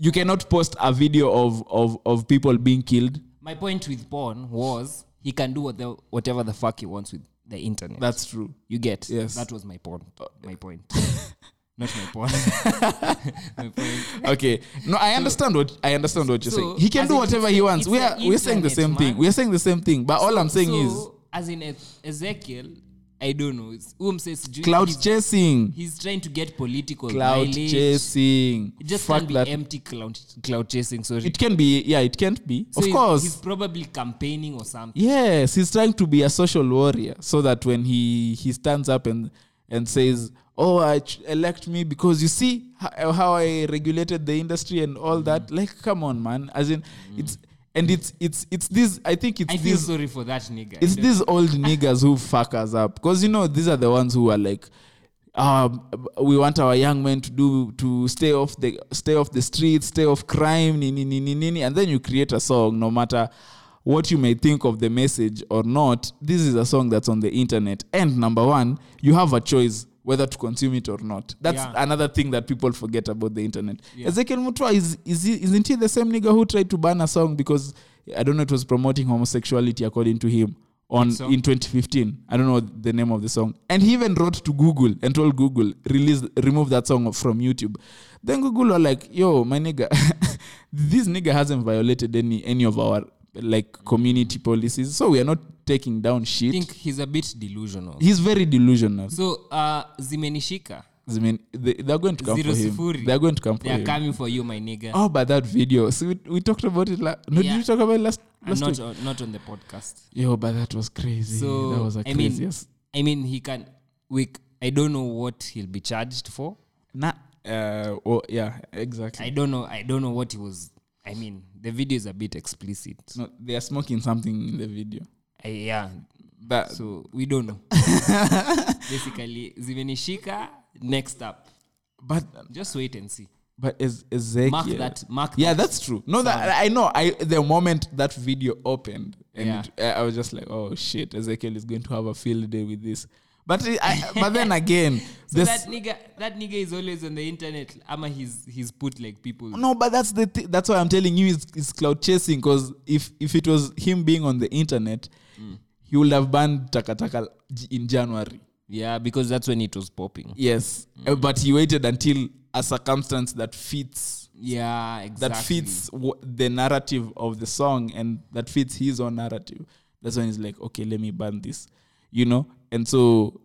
[SPEAKER 1] you cannot post a video of of of people being killed
[SPEAKER 8] my point with porn was he can do what the, whatever the fuck he wants with the internet.
[SPEAKER 1] That's true.
[SPEAKER 8] you get.
[SPEAKER 1] Yes. Uh,
[SPEAKER 8] That was my point. My point. Not my point. my point.
[SPEAKER 1] okay no i understand what i understand what you're
[SPEAKER 8] So,
[SPEAKER 1] saying he can
[SPEAKER 8] as
[SPEAKER 1] do
[SPEAKER 8] in,
[SPEAKER 1] whatever
[SPEAKER 8] it's
[SPEAKER 1] he
[SPEAKER 8] a-
[SPEAKER 1] wants
[SPEAKER 8] it's
[SPEAKER 1] we are
[SPEAKER 8] a
[SPEAKER 1] we're saying the same
[SPEAKER 8] internet,
[SPEAKER 1] thing
[SPEAKER 8] man.
[SPEAKER 1] we're saying the same thing but all i'm saying
[SPEAKER 8] so, as in Ez- Ezekiel, I don't know. It's, um, says,
[SPEAKER 1] is cloud
[SPEAKER 8] he's,
[SPEAKER 1] chasing
[SPEAKER 8] he's trying to get political
[SPEAKER 1] cloud
[SPEAKER 8] mileage.
[SPEAKER 1] chasing
[SPEAKER 8] It just
[SPEAKER 1] fuck
[SPEAKER 8] can't be
[SPEAKER 1] that
[SPEAKER 8] empty cloud, cloud chasing. Sorry.
[SPEAKER 1] it can be yeah it can't be
[SPEAKER 8] So
[SPEAKER 1] of
[SPEAKER 8] he's-
[SPEAKER 1] course
[SPEAKER 8] He's probably campaigning or something.
[SPEAKER 1] yes he's trying to be a social warrior so that when he he stands up and and says oh i ch- elect me because you see how, how i regulated the industry and all that like come on man as in it's and it's it's it's this i think it's
[SPEAKER 8] I feel
[SPEAKER 1] this
[SPEAKER 8] sorry for that nigga.
[SPEAKER 1] it's
[SPEAKER 8] I don't-
[SPEAKER 1] these old niggas who fuck us up because you know these are the ones who are like um, we want our young men to do to stay off the stay off the streets stay off crime nini, nini, nini. and then you create a song no matter what you may think of the message or not this is a song that's on the internet and number one you have a choice whether to consume it or not that's
[SPEAKER 8] Yeah.
[SPEAKER 1] another thing that people forget about the internet ezekiel mutua is, is he, isn't he the same nigga who tried to ban a song because i don't know it was promoting homosexuality according to him on
[SPEAKER 8] song?
[SPEAKER 1] in 2015 i don't know the name of the song and he even wrote to google and told google release remove that song from youtube then google were like yo my nigga this nigga hasn't violated any any of our like community policies so we are not taking down
[SPEAKER 8] I
[SPEAKER 1] shit
[SPEAKER 8] think he's a bit delusional.
[SPEAKER 1] he's very delusional
[SPEAKER 8] So uh, zimenishika.
[SPEAKER 1] I mean, they, they're going to come
[SPEAKER 8] Zero
[SPEAKER 1] for him.
[SPEAKER 8] sifuri.
[SPEAKER 1] They're going to come for
[SPEAKER 8] They are
[SPEAKER 1] him.
[SPEAKER 8] coming for you, my nigga.
[SPEAKER 1] oh, but that video. So we, we talked about it. La- no,
[SPEAKER 8] Yeah.
[SPEAKER 1] did you talk about it last
[SPEAKER 8] I'm
[SPEAKER 1] last
[SPEAKER 8] not
[SPEAKER 1] week?
[SPEAKER 8] on, not on the podcast.
[SPEAKER 1] Yo, but that was crazy.
[SPEAKER 8] So
[SPEAKER 1] that was a
[SPEAKER 8] I mean,
[SPEAKER 1] craziest.
[SPEAKER 8] I mean, he can. We. c- I don't know what he'll be charged for.
[SPEAKER 1] Nah. Uh, oh, yeah, exactly.
[SPEAKER 8] I don't know. I don't know what he was. I mean, the video is a bit explicit.
[SPEAKER 1] no, they are smoking something in the video.
[SPEAKER 8] I, yeah.
[SPEAKER 1] That
[SPEAKER 8] So we don't know. Basically, zimenishika. Next up,
[SPEAKER 1] but
[SPEAKER 8] just wait and see.
[SPEAKER 1] but is Ezekiel.
[SPEAKER 8] Mark that. Mark.
[SPEAKER 1] yeah,
[SPEAKER 8] that.
[SPEAKER 1] that's true. No, that I know. I the moment that video opened, and
[SPEAKER 8] Yeah.
[SPEAKER 1] it, I I was just like, "Oh shit, Ezekiel is going to have a field day with this." But I, I- but then again,
[SPEAKER 8] So
[SPEAKER 1] this,
[SPEAKER 8] that nigga, that nigga is always on the internet. Ama he's he's put like people.
[SPEAKER 1] No, but that's the th- that's why I'm telling you it's, it's cloud chasing because if if it was him being on the internet, he would have banned Takataka j- in January.
[SPEAKER 8] Yeah, because that's when it was popping.
[SPEAKER 1] Yes, Uh, but he waited until a circumstance that fits
[SPEAKER 8] Yeah, exactly.
[SPEAKER 1] that fits w- the narrative of the song and that fits his own narrative. That's when he's like, okay, let me ban this, you know. And so,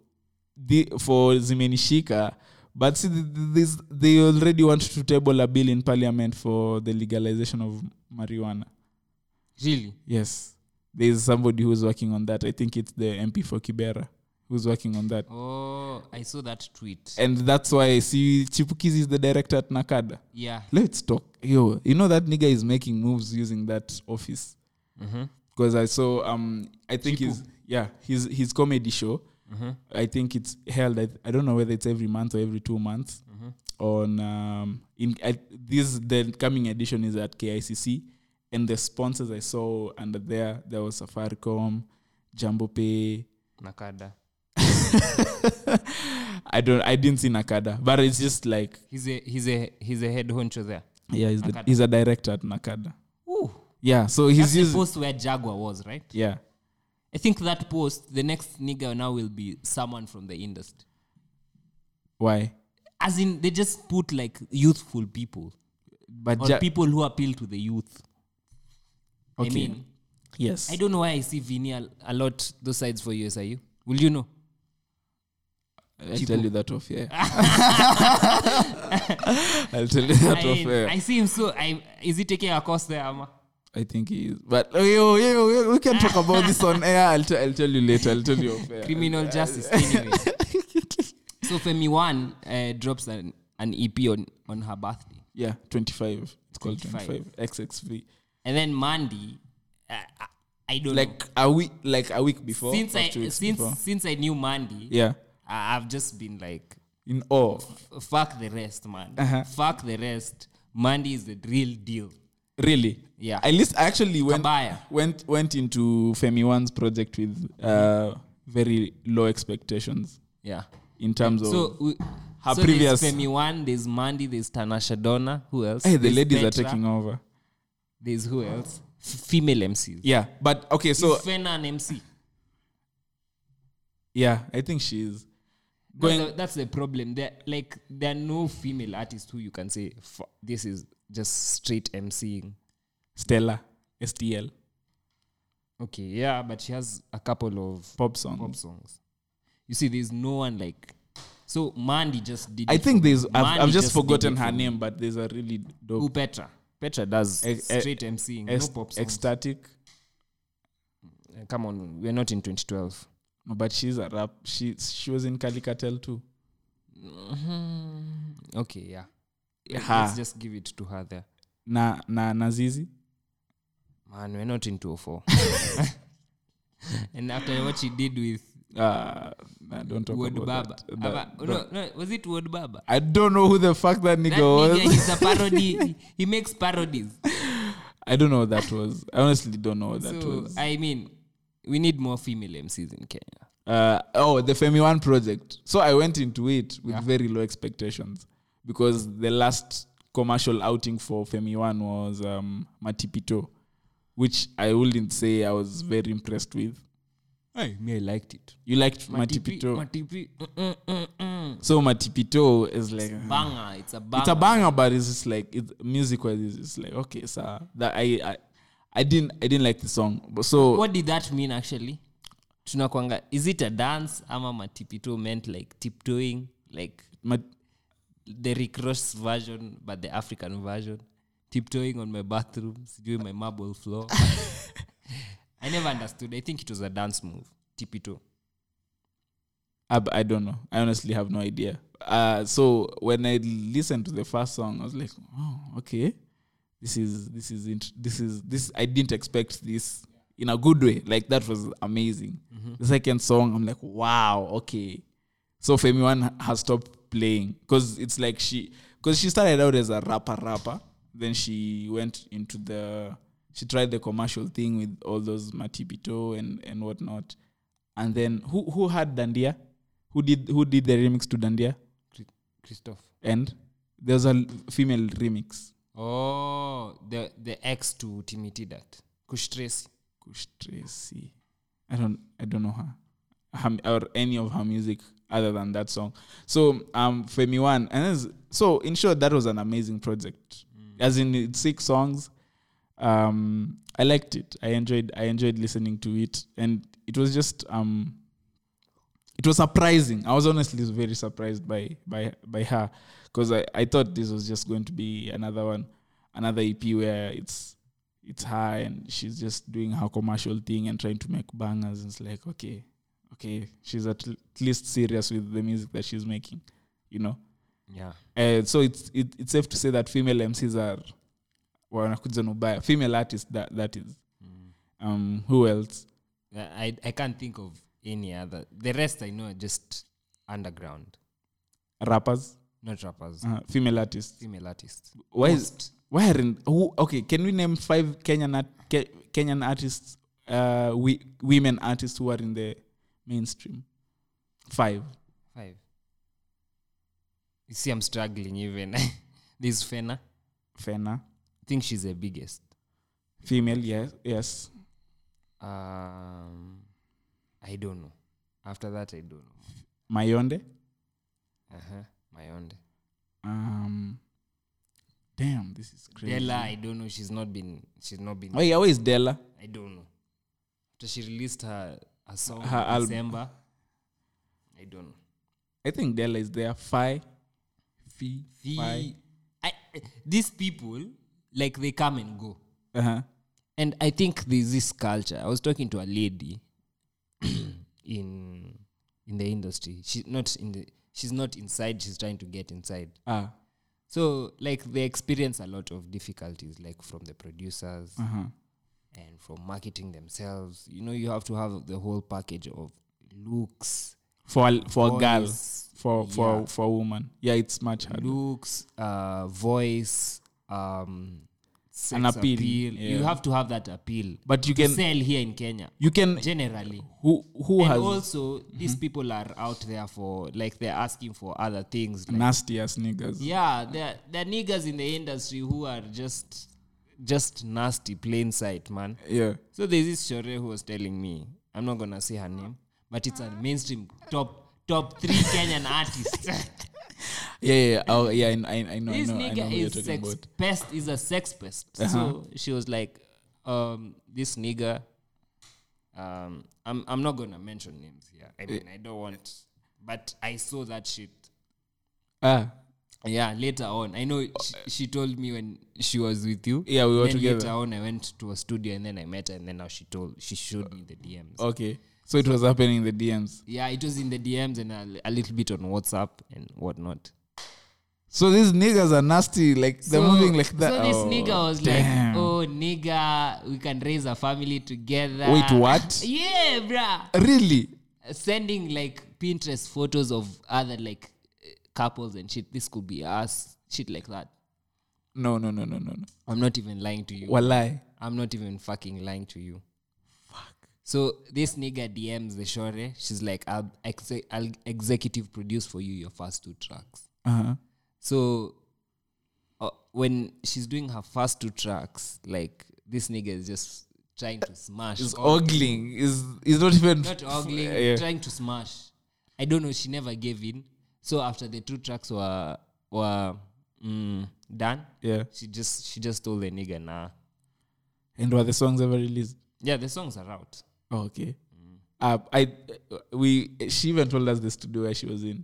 [SPEAKER 1] the, for Zimenishika, but see, th- th- this they already want to table a bill in parliament for the legalization of marijuana.
[SPEAKER 8] Really?
[SPEAKER 1] Yes, there is somebody who's working on that. I think it's the MP for Kibera who's working on that.
[SPEAKER 8] Oh, I saw that tweet.
[SPEAKER 1] And that's why I see Chipukizi is the director at Nakada.
[SPEAKER 8] Yeah.
[SPEAKER 1] let's talk yo you know that nigga is making moves using that office because i saw um i think his yeah his his comedy show i think it's held at, i don't know whether it's every month or every two months on um in I, this the coming edition is at kicc and the sponsors i saw under there there was safaricom jumbo pay
[SPEAKER 8] Nakada.
[SPEAKER 1] i don't i didn't see nakada but it's just like
[SPEAKER 8] He's a he's a he's a head honcho there.
[SPEAKER 1] yeah he's, the, he's a director at nakada
[SPEAKER 8] Ooh.
[SPEAKER 1] yeah so he's
[SPEAKER 8] That's the
[SPEAKER 1] using
[SPEAKER 8] post where Jaguar was, right?
[SPEAKER 1] yeah
[SPEAKER 8] I think that post, the next nigga now will be someone from the industry.
[SPEAKER 1] Why?
[SPEAKER 8] As in they just put like youthful people.
[SPEAKER 1] But
[SPEAKER 8] Or
[SPEAKER 1] ja-
[SPEAKER 8] people who appeal to the youth.
[SPEAKER 1] okay.
[SPEAKER 8] I mean
[SPEAKER 1] yes.
[SPEAKER 8] I don't know why I see Vinny a, a lot those sides for USIU. Will you know?
[SPEAKER 1] I'll tell you that off air. I'll tell you that
[SPEAKER 8] I,
[SPEAKER 1] off air.
[SPEAKER 8] I
[SPEAKER 1] I,
[SPEAKER 8] see him so. I is he taking a course there, Ama?
[SPEAKER 1] think he is. But oh, yo, yo, yo, we can talk about this on air. I'll, t- I'll tell you later. I'll tell you off air.
[SPEAKER 8] Criminal justice. Anyway. so Femi One uh, drops an, an EP on, on her birthday,
[SPEAKER 1] Yeah, 25. It's called 25.
[SPEAKER 8] 25.
[SPEAKER 1] XXV.
[SPEAKER 8] and then Mandy, uh, I, I don't
[SPEAKER 1] Like a week, like a week
[SPEAKER 8] know.
[SPEAKER 1] before.
[SPEAKER 8] Since
[SPEAKER 1] or
[SPEAKER 8] I
[SPEAKER 1] two weeks
[SPEAKER 8] since
[SPEAKER 1] before.
[SPEAKER 8] since I knew Mandy,
[SPEAKER 1] yeah,
[SPEAKER 8] I, I've just been like,
[SPEAKER 1] in awe.
[SPEAKER 8] f- fuck the rest, man.
[SPEAKER 1] Uh-huh.
[SPEAKER 8] Fuck the rest. Mandy is the real deal.
[SPEAKER 1] Really?
[SPEAKER 8] Yeah.
[SPEAKER 1] I list. I actually went
[SPEAKER 8] Kabaya.
[SPEAKER 1] went went into Femi One's project with uh, very low expectations
[SPEAKER 8] Yeah.
[SPEAKER 1] in terms of.
[SPEAKER 8] So we,
[SPEAKER 1] Her
[SPEAKER 8] so
[SPEAKER 1] previous-
[SPEAKER 8] there's Femi One, there's Mandy, there's Tanasha Donna. Who else?
[SPEAKER 1] hey, the
[SPEAKER 8] There's
[SPEAKER 1] ladies
[SPEAKER 8] Petra.
[SPEAKER 1] are taking over.
[SPEAKER 8] There's who else? F- female MCs.
[SPEAKER 1] Yeah, but okay,
[SPEAKER 8] So
[SPEAKER 1] so
[SPEAKER 8] Fena an MC.
[SPEAKER 1] yeah i think she is
[SPEAKER 8] No,
[SPEAKER 1] going
[SPEAKER 8] tha- that's the problem. There, like, there are no female artists who you can say "F- this is just straight MCing.
[SPEAKER 1] stella stl
[SPEAKER 8] Okay, yeah, but she has a couple of
[SPEAKER 1] pop song
[SPEAKER 8] pop songs. You see, there's no one like. So Mandy just did.
[SPEAKER 1] i
[SPEAKER 8] it
[SPEAKER 1] think
[SPEAKER 8] for me.
[SPEAKER 1] there's i've,
[SPEAKER 8] Mandy
[SPEAKER 1] I've just,
[SPEAKER 8] did
[SPEAKER 1] forgotten
[SPEAKER 8] it
[SPEAKER 1] her
[SPEAKER 8] for me.
[SPEAKER 1] name but there's a really
[SPEAKER 8] Who
[SPEAKER 1] dope
[SPEAKER 8] Petra? Petra does
[SPEAKER 1] Ex- ex-
[SPEAKER 8] straight MCing,
[SPEAKER 1] eh, ex-
[SPEAKER 8] no pop songs.
[SPEAKER 1] ecstatic
[SPEAKER 8] Uh, Come on, we're not in 2012.
[SPEAKER 1] no, but she's a rap she she was in calicatel too
[SPEAKER 8] Okay, yeah. Let-
[SPEAKER 1] Mm-hmm. Ha.
[SPEAKER 8] Let's just give it to her there.
[SPEAKER 1] na na nazizi
[SPEAKER 8] Man, we're not in 204. and after what she did with
[SPEAKER 1] uh, nah, don't talk
[SPEAKER 8] Word
[SPEAKER 1] about
[SPEAKER 8] Baba.
[SPEAKER 1] that.
[SPEAKER 8] Aba-
[SPEAKER 1] That-
[SPEAKER 8] no,
[SPEAKER 1] that-
[SPEAKER 8] no, was it Word Baba?
[SPEAKER 1] i don't know who the fuck that nigga
[SPEAKER 8] That
[SPEAKER 1] was
[SPEAKER 8] nigga, he's a parody. he, he makes parodies.
[SPEAKER 1] i don't know what that was i honestly don't know what that
[SPEAKER 8] so,
[SPEAKER 1] was
[SPEAKER 8] I mean, we need more female MCs in Kenya.
[SPEAKER 1] uh, oh the femi one project so i went into it with very low expectations because the last commercial outing for femi one was um, matipito which i wouldn't say i was very impressed with
[SPEAKER 8] I, me, I liked it.
[SPEAKER 1] you liked
[SPEAKER 8] Matipi,
[SPEAKER 1] matipito
[SPEAKER 8] Matipi, mm, mm, mm,
[SPEAKER 1] so matipito is like
[SPEAKER 8] mm. banger. It's a banger.
[SPEAKER 1] it's a banger but it's just like it, music wise it's just like okay so that I, I i didn't i didn't like the song but so
[SPEAKER 8] What did that mean actually? Tunakwanga. Is it a dance? Ama matipito meant like tiptoeing, like
[SPEAKER 1] Mat-
[SPEAKER 8] the Rick Ross version, but the African version. Tiptoeing on my bathroom, doing my marble floor. I never understood. I think it was a dance move. Tipito.
[SPEAKER 1] I, I don't know. I honestly have no idea. Uh, so when I listened to the first song, I was like, "Oh, okay, this is this is int- this is this." I didn't expect this in a good way. Like that was amazing. The second song, I'm like, "Wow, okay." So Femi One has stopped playing because it's like she because she started out as a rapper rapper, then she went into the she tried the commercial thing with all those Matipito and and whatnot and then who who had Dandia? Who did who did the remix to Dandia?
[SPEAKER 8] Christoph.
[SPEAKER 1] And there's a l- female remix.
[SPEAKER 8] Oh, the the ex to Timitidat. Kushtresi.
[SPEAKER 1] Kush Tracy. I don't I don't know her. her mu- or any of her music other than that song. So um Femi One and it's- so in short that was an amazing project. As in it's six songs. Um I liked it. I enjoyed I enjoyed listening to it and it was just um it was surprising. I was honestly very surprised by by by her because I, I thought this was just going to be another one, another EP where it's it's her and she's just doing her commercial thing and trying to make bangers. And it's like okay, okay, she's at l- least serious with the music that she's making, you know.
[SPEAKER 8] Yeah.
[SPEAKER 1] Uh, so it's it, it's safe to say that female MCs are wanakuja na ubaya. female artists that that is. Um, who else?
[SPEAKER 8] I, I can't think of any other. The rest I know are just underground.
[SPEAKER 1] Rappers,
[SPEAKER 8] Not rappers.
[SPEAKER 1] uh, female artists.
[SPEAKER 8] Female artists.
[SPEAKER 1] why is, why aren't who okay can we name five kenyan art, Ke, kenyan artists uh we, women artists who are in the mainstream five
[SPEAKER 8] Five. You see, I'm struggling even. There's Fena.
[SPEAKER 1] fena
[SPEAKER 8] I think she's the biggest.
[SPEAKER 1] female yes yes
[SPEAKER 8] Um, I don't know. After that, I don't know.
[SPEAKER 1] mayonde
[SPEAKER 8] Uh huh. My own.
[SPEAKER 1] um damn this is crazy Oh,
[SPEAKER 8] Della, I don't know. She's not been. She's not been.
[SPEAKER 1] wait always della
[SPEAKER 8] I don't know. After she released her, her song
[SPEAKER 1] Her
[SPEAKER 8] in
[SPEAKER 1] album.
[SPEAKER 8] December, I don't know.
[SPEAKER 1] i think della is there fi fi
[SPEAKER 8] The,
[SPEAKER 1] fi
[SPEAKER 8] I, these people, like they come and go.
[SPEAKER 1] uh-huh
[SPEAKER 8] and i think there's this culture i was talking to a lady in in the industry she's not in the she's not inside she's trying to get inside
[SPEAKER 1] ah
[SPEAKER 8] so like they experience a lot of difficulties like from the producers
[SPEAKER 1] Uh-huh.
[SPEAKER 8] and from marketing themselves you know you have to have the whole package of looks
[SPEAKER 1] for a- for a girl
[SPEAKER 8] Voice,
[SPEAKER 1] for for
[SPEAKER 8] yeah.
[SPEAKER 1] for a woman yeah it's much harder
[SPEAKER 8] looks uh voice um sex
[SPEAKER 1] An appeal,
[SPEAKER 8] you
[SPEAKER 1] yeah.
[SPEAKER 8] have to have that appeal
[SPEAKER 1] but you
[SPEAKER 8] to
[SPEAKER 1] can
[SPEAKER 8] sell here in kenya
[SPEAKER 1] you can
[SPEAKER 8] generally
[SPEAKER 1] who who
[SPEAKER 8] and
[SPEAKER 1] has Mm-hmm.
[SPEAKER 8] also these people are out there for like they're asking for other things like,
[SPEAKER 1] nasty ass niggas.
[SPEAKER 8] yeah they're, they're niggas in the industry who are just just nasty plain sight man
[SPEAKER 1] Yeah.
[SPEAKER 8] so there's this shore who was telling me i'm not gonna say her name but it's a mainstream top top three kenyan artist
[SPEAKER 1] yeah, yeah, yeah. Oh, yeah I, I, I know, I
[SPEAKER 8] this
[SPEAKER 1] know, I know
[SPEAKER 8] nigga
[SPEAKER 1] who you're
[SPEAKER 8] is
[SPEAKER 1] talking
[SPEAKER 8] sex
[SPEAKER 1] about. Uh-huh.
[SPEAKER 8] pest is a sex pest so she was like um this nigga um i'm i'm not gonna mention names here i mean i don't want but i saw that shit
[SPEAKER 1] Ah,
[SPEAKER 8] yeah later on i know she, she told me when she was with you
[SPEAKER 1] Yeah, we were
[SPEAKER 8] then
[SPEAKER 1] together.
[SPEAKER 8] later on i went to a studio and then i met her and then now she told she showed me the dms
[SPEAKER 1] okay. So it was happening in the DMs.
[SPEAKER 8] yeah it was in the dms and a, a little bit on whatsapp and whatnot
[SPEAKER 1] So these niggas are nasty. Like they're
[SPEAKER 8] So-
[SPEAKER 1] moving like that.
[SPEAKER 8] So this
[SPEAKER 1] Oh,
[SPEAKER 8] nigga was
[SPEAKER 1] damn.
[SPEAKER 8] like, "Oh nigga, we can raise a family together."
[SPEAKER 1] Wait, what?
[SPEAKER 8] Yeah, bruh.
[SPEAKER 1] really?
[SPEAKER 8] Sending like Pinterest photos of other like eh, couples and shit. This could be us. Shit like that.
[SPEAKER 1] No, no, no, no, no, no.
[SPEAKER 8] I'm not even lying to you.
[SPEAKER 1] Walai.
[SPEAKER 8] I'm not even fucking lying to you. Fuck. So this nigga DMs the shore. She's like, I'll, exe- I'll executive produce for you your first two tracks.
[SPEAKER 1] Uh-huh.
[SPEAKER 8] So uh, when she's doing her first two tracks, like this nigga is just trying to smash.
[SPEAKER 1] It's
[SPEAKER 8] all-
[SPEAKER 1] ogling. Is is not even
[SPEAKER 8] not ogling,
[SPEAKER 1] Yeah.
[SPEAKER 8] trying to smash. I don't know. She never gave in. So after the two tracks were were mm, done,
[SPEAKER 1] yeah.
[SPEAKER 8] she just she just told the nigga, nah.
[SPEAKER 1] And were the songs ever released?
[SPEAKER 8] Yeah, the songs are out.
[SPEAKER 1] Oh, okay. Uh, I we she even told us the studio where she was in.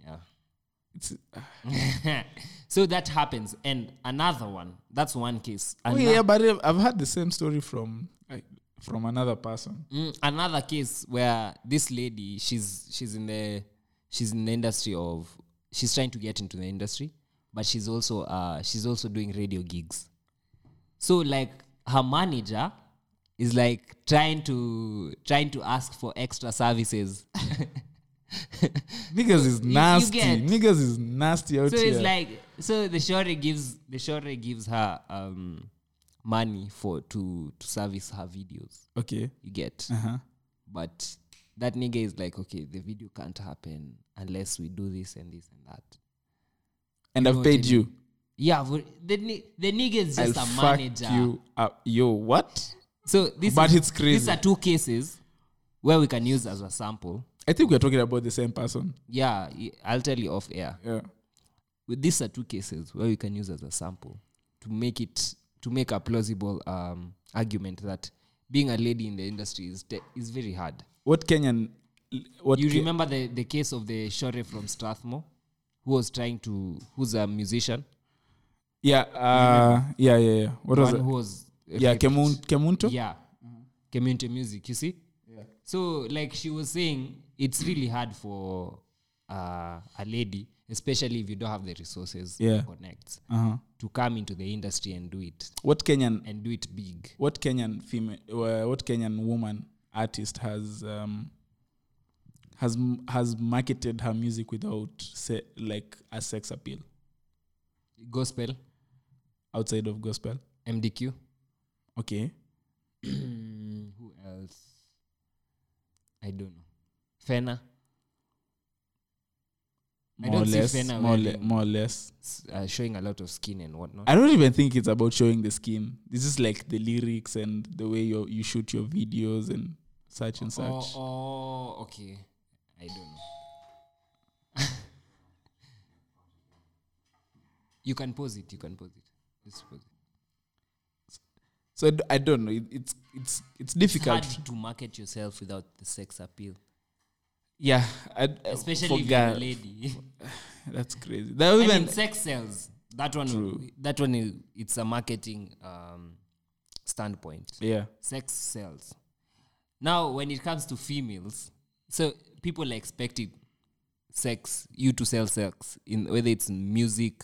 [SPEAKER 8] Yeah.
[SPEAKER 1] It's,
[SPEAKER 8] so that happens and another one that's one case
[SPEAKER 1] oh
[SPEAKER 8] Ano-
[SPEAKER 1] yeah, but I've- I've had the same story from like, from another person.
[SPEAKER 8] Mm, another case where this lady she's she's in the she's in the industry of she's trying to get into the industry but she's also uh she's also doing radio gigs so like her manager is like trying to trying to ask for extra services
[SPEAKER 1] Niggas is nasty.
[SPEAKER 8] get-
[SPEAKER 1] Niggas is nasty out
[SPEAKER 8] so
[SPEAKER 1] here.
[SPEAKER 8] it's like so the shorty gives the shorty gives her um money for to to service her videos
[SPEAKER 1] okay.
[SPEAKER 8] you get
[SPEAKER 1] Uh-huh.
[SPEAKER 8] but that nigga is like okay the video can't happen unless we do this and this and that
[SPEAKER 1] And I've
[SPEAKER 8] what
[SPEAKER 1] paid
[SPEAKER 8] I
[SPEAKER 1] you.
[SPEAKER 8] yeah but the, ni- the nigga is just
[SPEAKER 1] I'll
[SPEAKER 8] a
[SPEAKER 1] fuck
[SPEAKER 8] manager
[SPEAKER 1] you up. Yo, what?
[SPEAKER 8] so this
[SPEAKER 1] But
[SPEAKER 8] is-
[SPEAKER 1] it's crazy.
[SPEAKER 8] these are two cases where we can use as a sample
[SPEAKER 1] I think we're talking about the same person.
[SPEAKER 8] yeah y- i'll tell you off air
[SPEAKER 1] Yeah.
[SPEAKER 8] with these are two cases where we can use as a sample to make it to make a plausible um, argument that being a lady in the industry is te- is very hard
[SPEAKER 1] What Kenyan? What
[SPEAKER 8] you
[SPEAKER 1] Ke-
[SPEAKER 8] remember the, the case of the shore from Strathmore who was trying to who's a musician
[SPEAKER 1] Yeah. Uh, yeah. Yeah. Yeah. What was
[SPEAKER 8] one
[SPEAKER 1] it?
[SPEAKER 8] who was uh,
[SPEAKER 1] Yeah.
[SPEAKER 8] raped.
[SPEAKER 1] Kemun, Kemunto.
[SPEAKER 8] yeah community music you see yeah. so like she was saying it's really hard for uh, a lady especially if you don't have the resources
[SPEAKER 1] Yeah.
[SPEAKER 8] to connect
[SPEAKER 1] Uh-huh.
[SPEAKER 8] to come into the industry and do it
[SPEAKER 1] What Kenyan?
[SPEAKER 8] and do it big
[SPEAKER 1] What Kenyan female? Uh, what Kenyan woman artist has um, has m- has marketed her music without se- like a sex appeal
[SPEAKER 8] gospel
[SPEAKER 1] outside of gospel?
[SPEAKER 8] mdq
[SPEAKER 1] Okay.
[SPEAKER 8] who else i don't know fena I
[SPEAKER 1] More or
[SPEAKER 8] don't see
[SPEAKER 1] less.
[SPEAKER 8] Fena
[SPEAKER 1] More, le-
[SPEAKER 8] wearing-
[SPEAKER 1] more or less.
[SPEAKER 8] s- uh, showing a lot of skin and whatnot.
[SPEAKER 1] I don't even think it's about showing the skin. This is like the lyrics and the way you you shoot your videos and such and such.
[SPEAKER 8] oh, oh, okay. I don't know. you can pause it. You can pause it. Just pause it.
[SPEAKER 1] So I d- I don't know. It, it's it's it's
[SPEAKER 8] It's
[SPEAKER 1] difficult.
[SPEAKER 8] hard to market yourself without the sex appeal,
[SPEAKER 1] Yeah, I,
[SPEAKER 8] especially
[SPEAKER 1] for
[SPEAKER 8] if you're a
[SPEAKER 1] guy-
[SPEAKER 8] lady.
[SPEAKER 1] That's crazy. That
[SPEAKER 8] I
[SPEAKER 1] women
[SPEAKER 8] mean, sex sells. That one. That one is it's a marketing um, standpoint.
[SPEAKER 1] yeah.
[SPEAKER 8] sex sells. Now, when it comes to females, so people are expecting sex, you to sell sex, in whether it's in music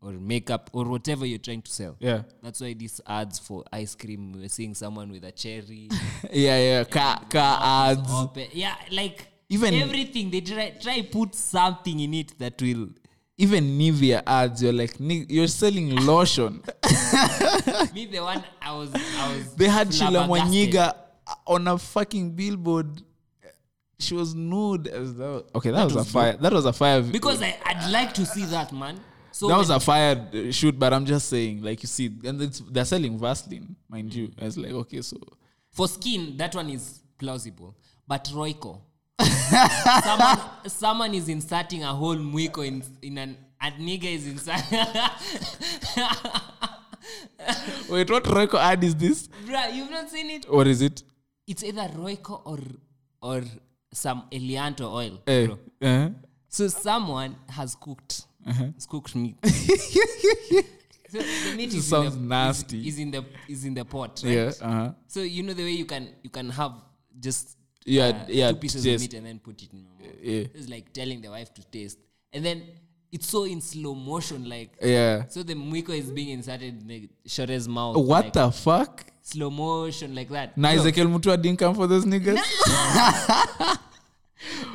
[SPEAKER 8] or makeup or whatever you're trying to sell.
[SPEAKER 1] Mm-hmm. Yeah.
[SPEAKER 8] That's why these ads for ice cream, we're seeing someone with a cherry,
[SPEAKER 1] Yeah, yeah. Car car ads.
[SPEAKER 8] open. yeah, like
[SPEAKER 1] Even-
[SPEAKER 8] everything they try try put something in it that will
[SPEAKER 1] Even Nivea ads, you're like "Ni- you're selling lotion.
[SPEAKER 8] me the one I was I was
[SPEAKER 1] They had Sheila
[SPEAKER 8] flabbergasted.
[SPEAKER 1] Mwanyiga uh, on a fucking billboard. She was nude as though. Okay, that, was, a fire. That was a fire. vi-
[SPEAKER 8] because I, I'd like to see that man. So
[SPEAKER 1] that
[SPEAKER 8] when-
[SPEAKER 1] was a fire uh, shoot, but I'm just saying, like you see, and it's, they're selling Vaseline, mind you. I was like, okay, so
[SPEAKER 8] for skin that one is plausible but Royco. someone, someone is inserting a whole Mwiko in, in an. A nigga is inserting.
[SPEAKER 1] Wait, what Royco ad is this?
[SPEAKER 8] Bruh, you've not seen it?
[SPEAKER 1] What is it?
[SPEAKER 8] It's either Royco or or some Elianto oil.
[SPEAKER 1] Eh,
[SPEAKER 8] bro.
[SPEAKER 1] eh?
[SPEAKER 8] So someone has cooked.
[SPEAKER 1] Uh-huh.
[SPEAKER 8] Has cooked meat. so the meat is
[SPEAKER 1] sounds
[SPEAKER 8] in the,
[SPEAKER 1] nasty.
[SPEAKER 8] Is, is in the is in the pot, right?
[SPEAKER 1] Yeah. Uh-huh.
[SPEAKER 8] So you know the way you can you can have just
[SPEAKER 1] Yeah,
[SPEAKER 8] uh,
[SPEAKER 1] yeah,
[SPEAKER 8] two pieces
[SPEAKER 1] just-
[SPEAKER 8] of meat and then put it in your mouth.
[SPEAKER 1] Yeah.
[SPEAKER 8] It's like telling the wife to taste, and then it's so in slow motion, like
[SPEAKER 1] Yeah.
[SPEAKER 8] so the mwiko is being inserted in the Shore's mouth.
[SPEAKER 1] What
[SPEAKER 8] like,
[SPEAKER 1] the fuck?
[SPEAKER 8] slow motion like that?
[SPEAKER 1] Na
[SPEAKER 8] Bro,
[SPEAKER 1] Ezekiel Mutua didn't come for those niggas?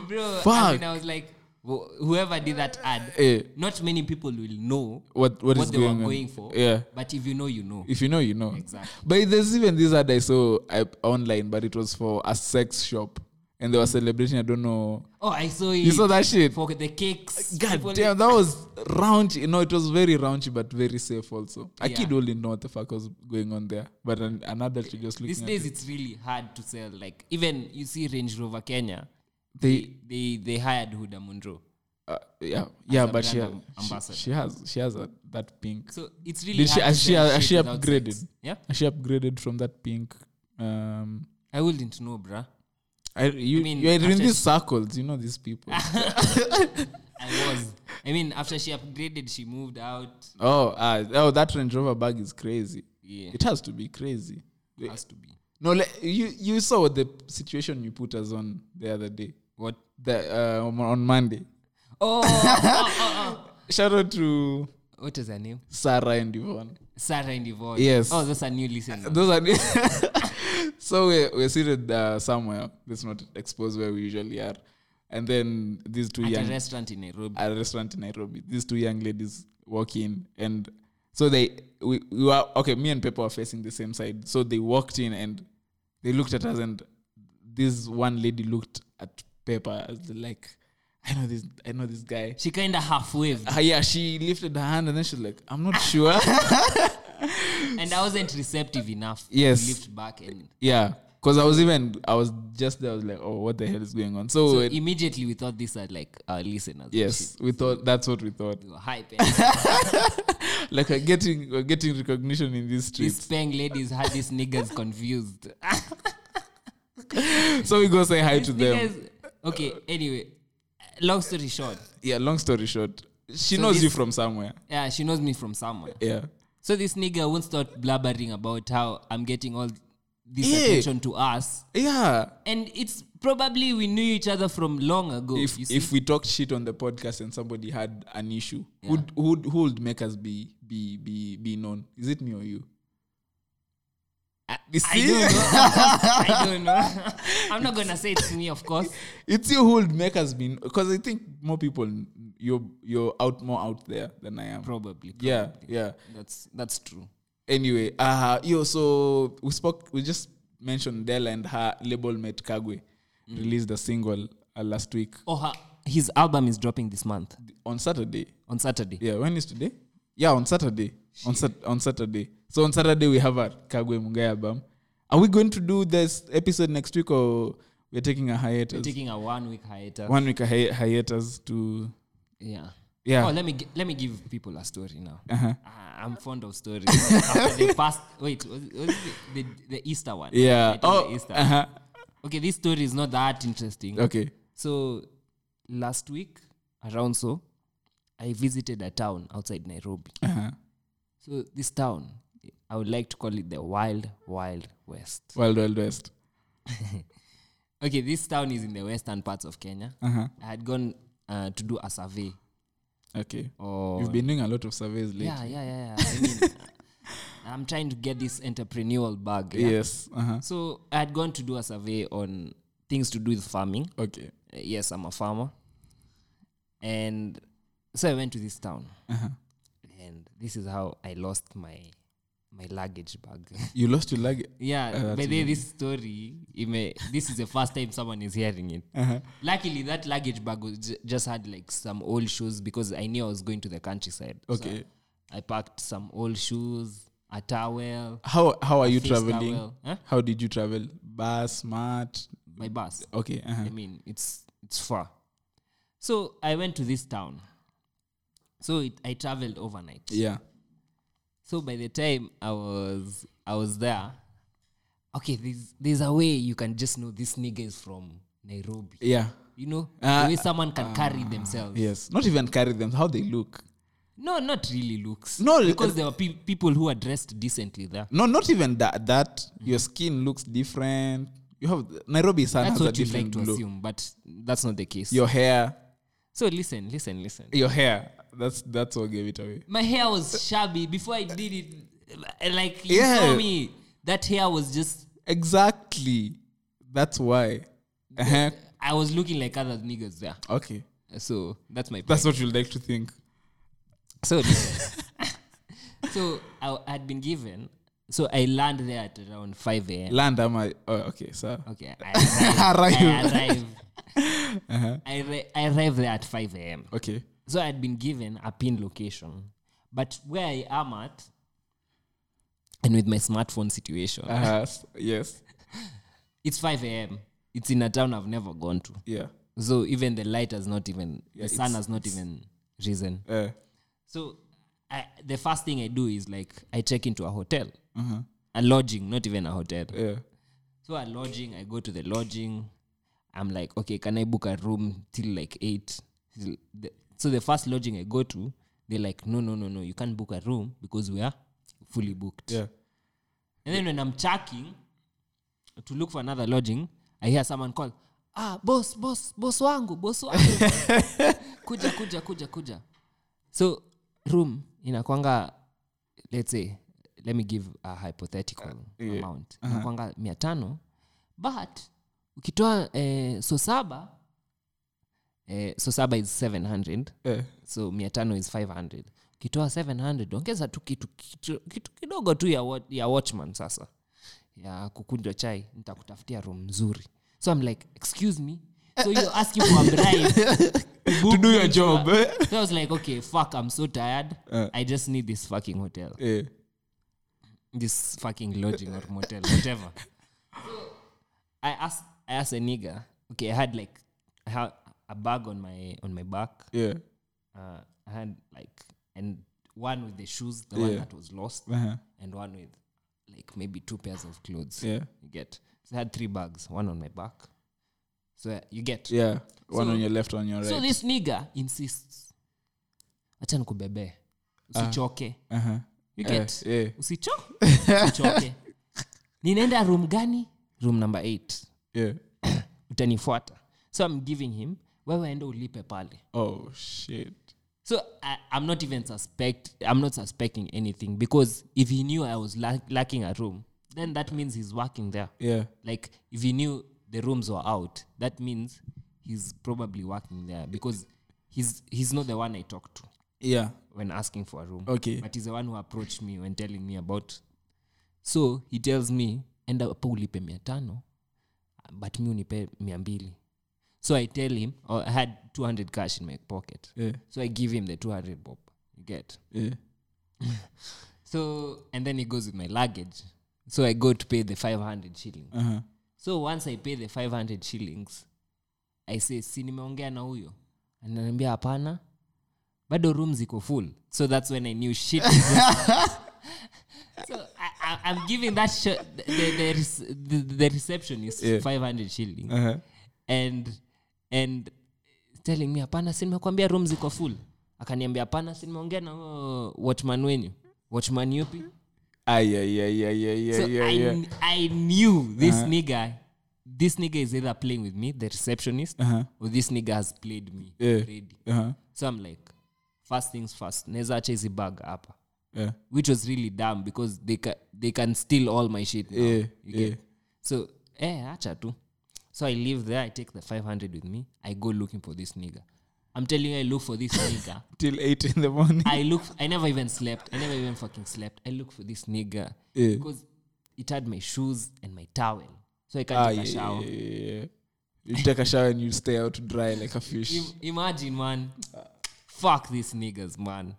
[SPEAKER 8] bro, I,
[SPEAKER 1] Fuck.
[SPEAKER 8] mean, I was like, wh- whoever did that ad,
[SPEAKER 1] Eh.
[SPEAKER 8] not many people will know
[SPEAKER 1] What, what is
[SPEAKER 8] they
[SPEAKER 1] going
[SPEAKER 8] were
[SPEAKER 1] on?
[SPEAKER 8] going for.
[SPEAKER 1] Yeah.
[SPEAKER 8] But if you know, you know.
[SPEAKER 1] If you know, you know.
[SPEAKER 8] Exactly.
[SPEAKER 1] But there's even this ad I saw I, online, but it was for a sex shop. And they were celebrating, I don't know.
[SPEAKER 8] Oh, I saw it.
[SPEAKER 1] You saw that shit?
[SPEAKER 8] for the cakes.
[SPEAKER 1] God
[SPEAKER 8] People-
[SPEAKER 1] damn, that was raunchy. No, it was very raunchy, but very safe also. A
[SPEAKER 8] Yeah.
[SPEAKER 1] kid only know what the fuck was going on there. But an, an adult should just look
[SPEAKER 8] These
[SPEAKER 1] at
[SPEAKER 8] days,
[SPEAKER 1] it.
[SPEAKER 8] it's really hard to sell. Like even you see Range Rover Kenya,
[SPEAKER 1] They,
[SPEAKER 8] they they hired Huda Munro.
[SPEAKER 1] uh, yeah, yeah,
[SPEAKER 8] a
[SPEAKER 1] but she,
[SPEAKER 8] brand
[SPEAKER 1] she-
[SPEAKER 8] ambassador.
[SPEAKER 1] she has she has a, that pink.
[SPEAKER 8] So it's really
[SPEAKER 1] Did she-
[SPEAKER 8] hard to
[SPEAKER 1] has she-
[SPEAKER 8] sell
[SPEAKER 1] has
[SPEAKER 8] shit
[SPEAKER 1] she
[SPEAKER 8] without
[SPEAKER 1] upgraded?
[SPEAKER 8] sex. Yeah,
[SPEAKER 1] Has she upgraded from that pink? Um,
[SPEAKER 8] I wouldn't know, bruh.
[SPEAKER 1] I, you,
[SPEAKER 8] mean,
[SPEAKER 1] you're in
[SPEAKER 8] after-
[SPEAKER 1] these circles, you know these people.
[SPEAKER 8] I was. I mean, after she upgraded, she moved out.
[SPEAKER 1] Oh, uh, oh, that Range Rover bag is crazy.
[SPEAKER 8] Yeah.
[SPEAKER 1] It has to be crazy.
[SPEAKER 8] It has to be.
[SPEAKER 1] No, le- you you saw what the situation you put us on the other day. What the uh, on- on Monday?
[SPEAKER 8] Oh,
[SPEAKER 1] Shout out to
[SPEAKER 8] what is her name?
[SPEAKER 1] Sarah and Yvonne.
[SPEAKER 8] Sarah and Yvonne.
[SPEAKER 1] Yes.
[SPEAKER 8] Oh, that's a new listener.
[SPEAKER 1] Those are the- so we're, we're seated uh, somewhere. Let's not expose where we usually are. And then these two
[SPEAKER 8] At a
[SPEAKER 1] young
[SPEAKER 8] restaurant in Nairobi.
[SPEAKER 1] at a restaurant in Nairobi. These two young ladies walk in, and so they we, we were okay. Me and Pepper were facing the same side, so they walked in and they looked at us, and this one lady looked at Pepper as like, I know this, I know this guy.
[SPEAKER 8] she kind of half waved,
[SPEAKER 1] Ah, yeah, she lifted her hand and then she's like, I'm not sure.
[SPEAKER 8] and I wasn't receptive enough.
[SPEAKER 1] Yes.
[SPEAKER 8] To lift back and
[SPEAKER 1] yeah, because I was even I was just there. I was like, oh, what the hell is going on? So,
[SPEAKER 8] so
[SPEAKER 1] Oh, it-
[SPEAKER 8] immediately we thought these are like our listeners.
[SPEAKER 1] yes, we thought that's what we thought.
[SPEAKER 8] They were hype.
[SPEAKER 1] Like we're getting we're getting recognition in these streets.
[SPEAKER 8] These Peng ladies had these niggas confused.
[SPEAKER 1] so we go say hi to
[SPEAKER 8] These
[SPEAKER 1] them.
[SPEAKER 8] niggas- okay, anyway, long story short,
[SPEAKER 1] yeah long story short she
[SPEAKER 8] So
[SPEAKER 1] knows you
[SPEAKER 8] this-
[SPEAKER 1] from somewhere
[SPEAKER 8] yeah, she knows me from somewhere.
[SPEAKER 1] yeah
[SPEAKER 8] So this nigga won't start blabbering about how I'm getting all this
[SPEAKER 1] Yeah.
[SPEAKER 8] attention to us.
[SPEAKER 1] yeah
[SPEAKER 8] And it's probably we knew each other from long ago.
[SPEAKER 1] if
[SPEAKER 8] Oh, you see?
[SPEAKER 1] if we talked shit on the podcast and somebody had an issue who'd, who'd who would make us be be be be known is it me or you
[SPEAKER 8] I,
[SPEAKER 1] You
[SPEAKER 8] I
[SPEAKER 1] see?
[SPEAKER 8] don't know. I don't know. I'm not gonna say it's me, of course.
[SPEAKER 1] it's you who would make us be because i think more people you're you're out more out there than i am
[SPEAKER 8] Probably.
[SPEAKER 1] yeah yeah
[SPEAKER 8] That's that's true.
[SPEAKER 1] anyway uh yo so we spoke we just mentioned dell and her label mate kagwe
[SPEAKER 8] Mm.
[SPEAKER 1] released a single uh, last week
[SPEAKER 8] Oh, her, his album is dropping this month
[SPEAKER 1] on saturday
[SPEAKER 8] on Saturday.
[SPEAKER 1] yeah when is today yeah on saturday on, sat- on saturday so on saturday we have our kagwe mugai album are we going to do this episode next week or we're taking a hiatus
[SPEAKER 8] We're taking a one week hiatus.
[SPEAKER 1] one week a hi- hiatus to
[SPEAKER 8] Yeah.
[SPEAKER 1] yeah Uh-huh.
[SPEAKER 8] Oh, let me gi- let me give people a story now. Ah, I'm fond of stories. After the past, wait, was, was it the, the the Easter one?
[SPEAKER 1] yeah
[SPEAKER 8] Right, on
[SPEAKER 1] oh
[SPEAKER 8] the Easter.
[SPEAKER 1] uh-huh.
[SPEAKER 8] Okay, this story is not that interesting.
[SPEAKER 1] okay
[SPEAKER 8] So last week around so, I visited a town outside Nairobi.
[SPEAKER 1] uh-huh.
[SPEAKER 8] So this town, I would like to call it the Wild Wild West.
[SPEAKER 1] wild wild west
[SPEAKER 8] Okay, this town is in the western parts of Kenya.
[SPEAKER 1] uh-huh.
[SPEAKER 8] I had gone uh, to do a survey.
[SPEAKER 1] okay
[SPEAKER 8] Or
[SPEAKER 1] you've been doing a lot of surveys lately
[SPEAKER 8] Oh. yeah, yeah, yeah, yeah. I mean, I'm trying to get this entrepreneurial bug. yeah?
[SPEAKER 1] yes uh-huh.
[SPEAKER 8] So I had gone to do a survey on things to do with farming.
[SPEAKER 1] okay
[SPEAKER 8] Uh, yes, I'm a farmer. And so I went to this town.
[SPEAKER 1] Uh-huh.
[SPEAKER 8] And this is how I lost my my luggage bag.
[SPEAKER 1] you lost your leg
[SPEAKER 8] yeah,
[SPEAKER 1] Oh, that's
[SPEAKER 8] but then this story, it may, this is the first time someone is hearing it.
[SPEAKER 1] Uh-huh.
[SPEAKER 8] Luckily, that luggage bag was ju- just had like some old shoes because I knew I was going to the countryside. So
[SPEAKER 1] okay
[SPEAKER 8] I packed some old shoes, a towel,
[SPEAKER 1] how how are you
[SPEAKER 8] Face
[SPEAKER 1] traveling
[SPEAKER 8] towel, huh?
[SPEAKER 1] how did you travel bus smart
[SPEAKER 8] by bus.
[SPEAKER 1] okay uh-huh.
[SPEAKER 8] I mean, it's it's far. So I went to this town. So it, I traveled overnight.
[SPEAKER 1] yeah
[SPEAKER 8] So by the time I was I was there, okay, there's there's a way you can just know this nigga is from Nairobi.
[SPEAKER 1] yeah
[SPEAKER 8] You know,
[SPEAKER 1] Uh, ah,
[SPEAKER 8] the way someone can carry themselves.
[SPEAKER 1] yes not even carry them how they look
[SPEAKER 8] No, not really looks.
[SPEAKER 1] No,
[SPEAKER 8] because
[SPEAKER 1] uh,
[SPEAKER 8] there were pe- people who are dressed decently there.
[SPEAKER 1] no not even that that your skin looks different you have nairobi sana
[SPEAKER 8] That's
[SPEAKER 1] has a
[SPEAKER 8] what you like
[SPEAKER 1] different
[SPEAKER 8] to
[SPEAKER 1] look
[SPEAKER 8] assume, but that's not the case.
[SPEAKER 1] your hair
[SPEAKER 8] so listen, listen, listen.
[SPEAKER 1] your hair that's that's what gave it away
[SPEAKER 8] My hair was shabby before I did it. uh, Like you
[SPEAKER 1] Yeah.
[SPEAKER 8] saw me, that hair was just.
[SPEAKER 1] exactly that's why uh-huh.
[SPEAKER 8] I was looking like other niggas there.
[SPEAKER 1] okay
[SPEAKER 8] So that's my. Point.
[SPEAKER 1] that's what you like to think
[SPEAKER 8] So, listen. so I had been given. So I land there at around five a.m.
[SPEAKER 1] land am i oh, okay sir
[SPEAKER 8] Okay, I arrive.
[SPEAKER 1] Arrive.
[SPEAKER 8] I arrive.
[SPEAKER 1] Uh-huh.
[SPEAKER 8] I, re- I arrive there at five a.m.
[SPEAKER 1] okay
[SPEAKER 8] So I had been given a pin location, but where I am at, and with my smartphone situation,
[SPEAKER 1] uh, s- yes
[SPEAKER 8] it's five a.m. It's in a town I've never gone to.
[SPEAKER 1] yeah
[SPEAKER 8] So even the light has not even
[SPEAKER 1] Yeah,
[SPEAKER 8] the sun
[SPEAKER 1] it's-
[SPEAKER 8] has not even risen.
[SPEAKER 1] uh,
[SPEAKER 8] So I, the first thing I do is like I check into a hotel,
[SPEAKER 1] Mm-hmm.
[SPEAKER 8] a lodging, not even a hotel.
[SPEAKER 1] yeah
[SPEAKER 8] So a lodging, I go to the lodging. I'm like, okay, can I book a room till like eight? Till the- So the first lodging I go to, they're like, no, no, no, no, you can't book a room because we are fully booked.
[SPEAKER 1] yeah
[SPEAKER 8] And then when I'm checking to look for another lodging, I hear someone call, ah, boss, boss, boss wangu, boss wangu. kuja, kuja, kuja, kuja. So room inakwanga, let's say, let me give a hypothetical amount. Inakwanga mia tano, but ukitoa eh, so saba, eh, so saba is 700
[SPEAKER 1] yeah
[SPEAKER 8] so mia tano is 500 ukitoa 700 ongeza tu kitu, kitu, kitu kidogo tu ya, wa- ya watchman sasa ya kukunjwa chai nitakutafutia room nzuri so i'm like excuse me so you're asking for a bribe
[SPEAKER 1] to do your job eh?
[SPEAKER 8] so i was like okay fuck i'm so tired i just need this fucking hotel
[SPEAKER 1] yeah
[SPEAKER 8] this fucking lodging or motel, whatever. I asked, I asked a nigga. Okay, I had like, I had a bag on my on my back.
[SPEAKER 1] yeah
[SPEAKER 8] Uh, I had like, and one with the shoes, the one
[SPEAKER 1] Yeah.
[SPEAKER 8] that was lost,
[SPEAKER 1] uh-huh.
[SPEAKER 8] and one with like maybe two pairs of clothes.
[SPEAKER 1] yeah
[SPEAKER 8] You get. So I had three bags, one on my back. So uh, you get.
[SPEAKER 1] yeah one
[SPEAKER 8] So-
[SPEAKER 1] on your left one on your right
[SPEAKER 8] So this nigga insists. Acha nikubebe. Usichoke.
[SPEAKER 1] uh-huh.
[SPEAKER 8] You
[SPEAKER 1] Eh,
[SPEAKER 8] get.
[SPEAKER 1] yeah.
[SPEAKER 8] usicho usichoke ninaenda room gani room number 8
[SPEAKER 1] yeah
[SPEAKER 8] utanifuata so i'm giving him wewe enda ulipe pale
[SPEAKER 1] oh shit
[SPEAKER 8] so I, i'm not even suspect i'm not suspecting anything because if he knew i was lack, lacking a room then that means he's working there
[SPEAKER 1] yeah
[SPEAKER 8] like if he knew the rooms were out that means he's probably working there because he's he's not the one i talked to
[SPEAKER 1] yeah
[SPEAKER 8] when asking for a room.
[SPEAKER 1] Okay.
[SPEAKER 8] But he's the one who approached me when telling me about. So he tells me, enda hapo ulipe mia tano, but mi unipe mia mbili. So I tell him, oh, I had 200 cash in my pocket.
[SPEAKER 1] yeah
[SPEAKER 8] So I give him the 200 bob. You get?
[SPEAKER 1] yeah
[SPEAKER 8] So, and then he goes with my luggage. So I go to pay the 500 shillings.
[SPEAKER 1] uh-huh.
[SPEAKER 8] So once I pay the 500 shillings, I say, si nimeongea na huyo. Ananiambia hapana. Bado room ziko full. So that's when I knew shit. is up. so I, I, I'm giving that sh- the, the, the, the, the receptionist
[SPEAKER 1] Yeah.
[SPEAKER 8] 500 shillings
[SPEAKER 1] Uh-huh.
[SPEAKER 8] and and telling me hapana si nimekwambia room ziko full. Akaniambia hapana si nimeongea na huyo watchman wenyu. Watchman yupi?
[SPEAKER 1] Ay, ay, ay, ay, ay, ay,
[SPEAKER 8] so
[SPEAKER 1] ay,
[SPEAKER 8] I,
[SPEAKER 1] ay.
[SPEAKER 8] kn- I knew this
[SPEAKER 1] Uh-huh.
[SPEAKER 8] nigga this nigga is either playing with me the receptionist or this nigga has played me
[SPEAKER 1] Uh-huh. Yeah.
[SPEAKER 8] already
[SPEAKER 1] Uh-huh.
[SPEAKER 8] so i'm like first things first neza acha hizi bag hapa
[SPEAKER 1] Yeah.
[SPEAKER 8] which was really dumb because they, ca- they can steal all my shit now.
[SPEAKER 1] Yeah,
[SPEAKER 8] You get?
[SPEAKER 1] yeah.
[SPEAKER 8] so eh acha tu so i leave there i take the 500 with me i go looking for this nigga i'm telling you i look for this nigga
[SPEAKER 1] till 8 in the morning
[SPEAKER 8] I look. I never even slept. I never even fucking slept. I look for this nigga
[SPEAKER 1] Yeah.
[SPEAKER 8] because it had my shoes and my towel, so I can't
[SPEAKER 1] ah,
[SPEAKER 8] take
[SPEAKER 1] yeah,
[SPEAKER 8] a shower.
[SPEAKER 1] yeah, yeah, yeah. you take a shower and you stay out to dry like a fish
[SPEAKER 8] Im- imagine, man. Fuck these niggas, man.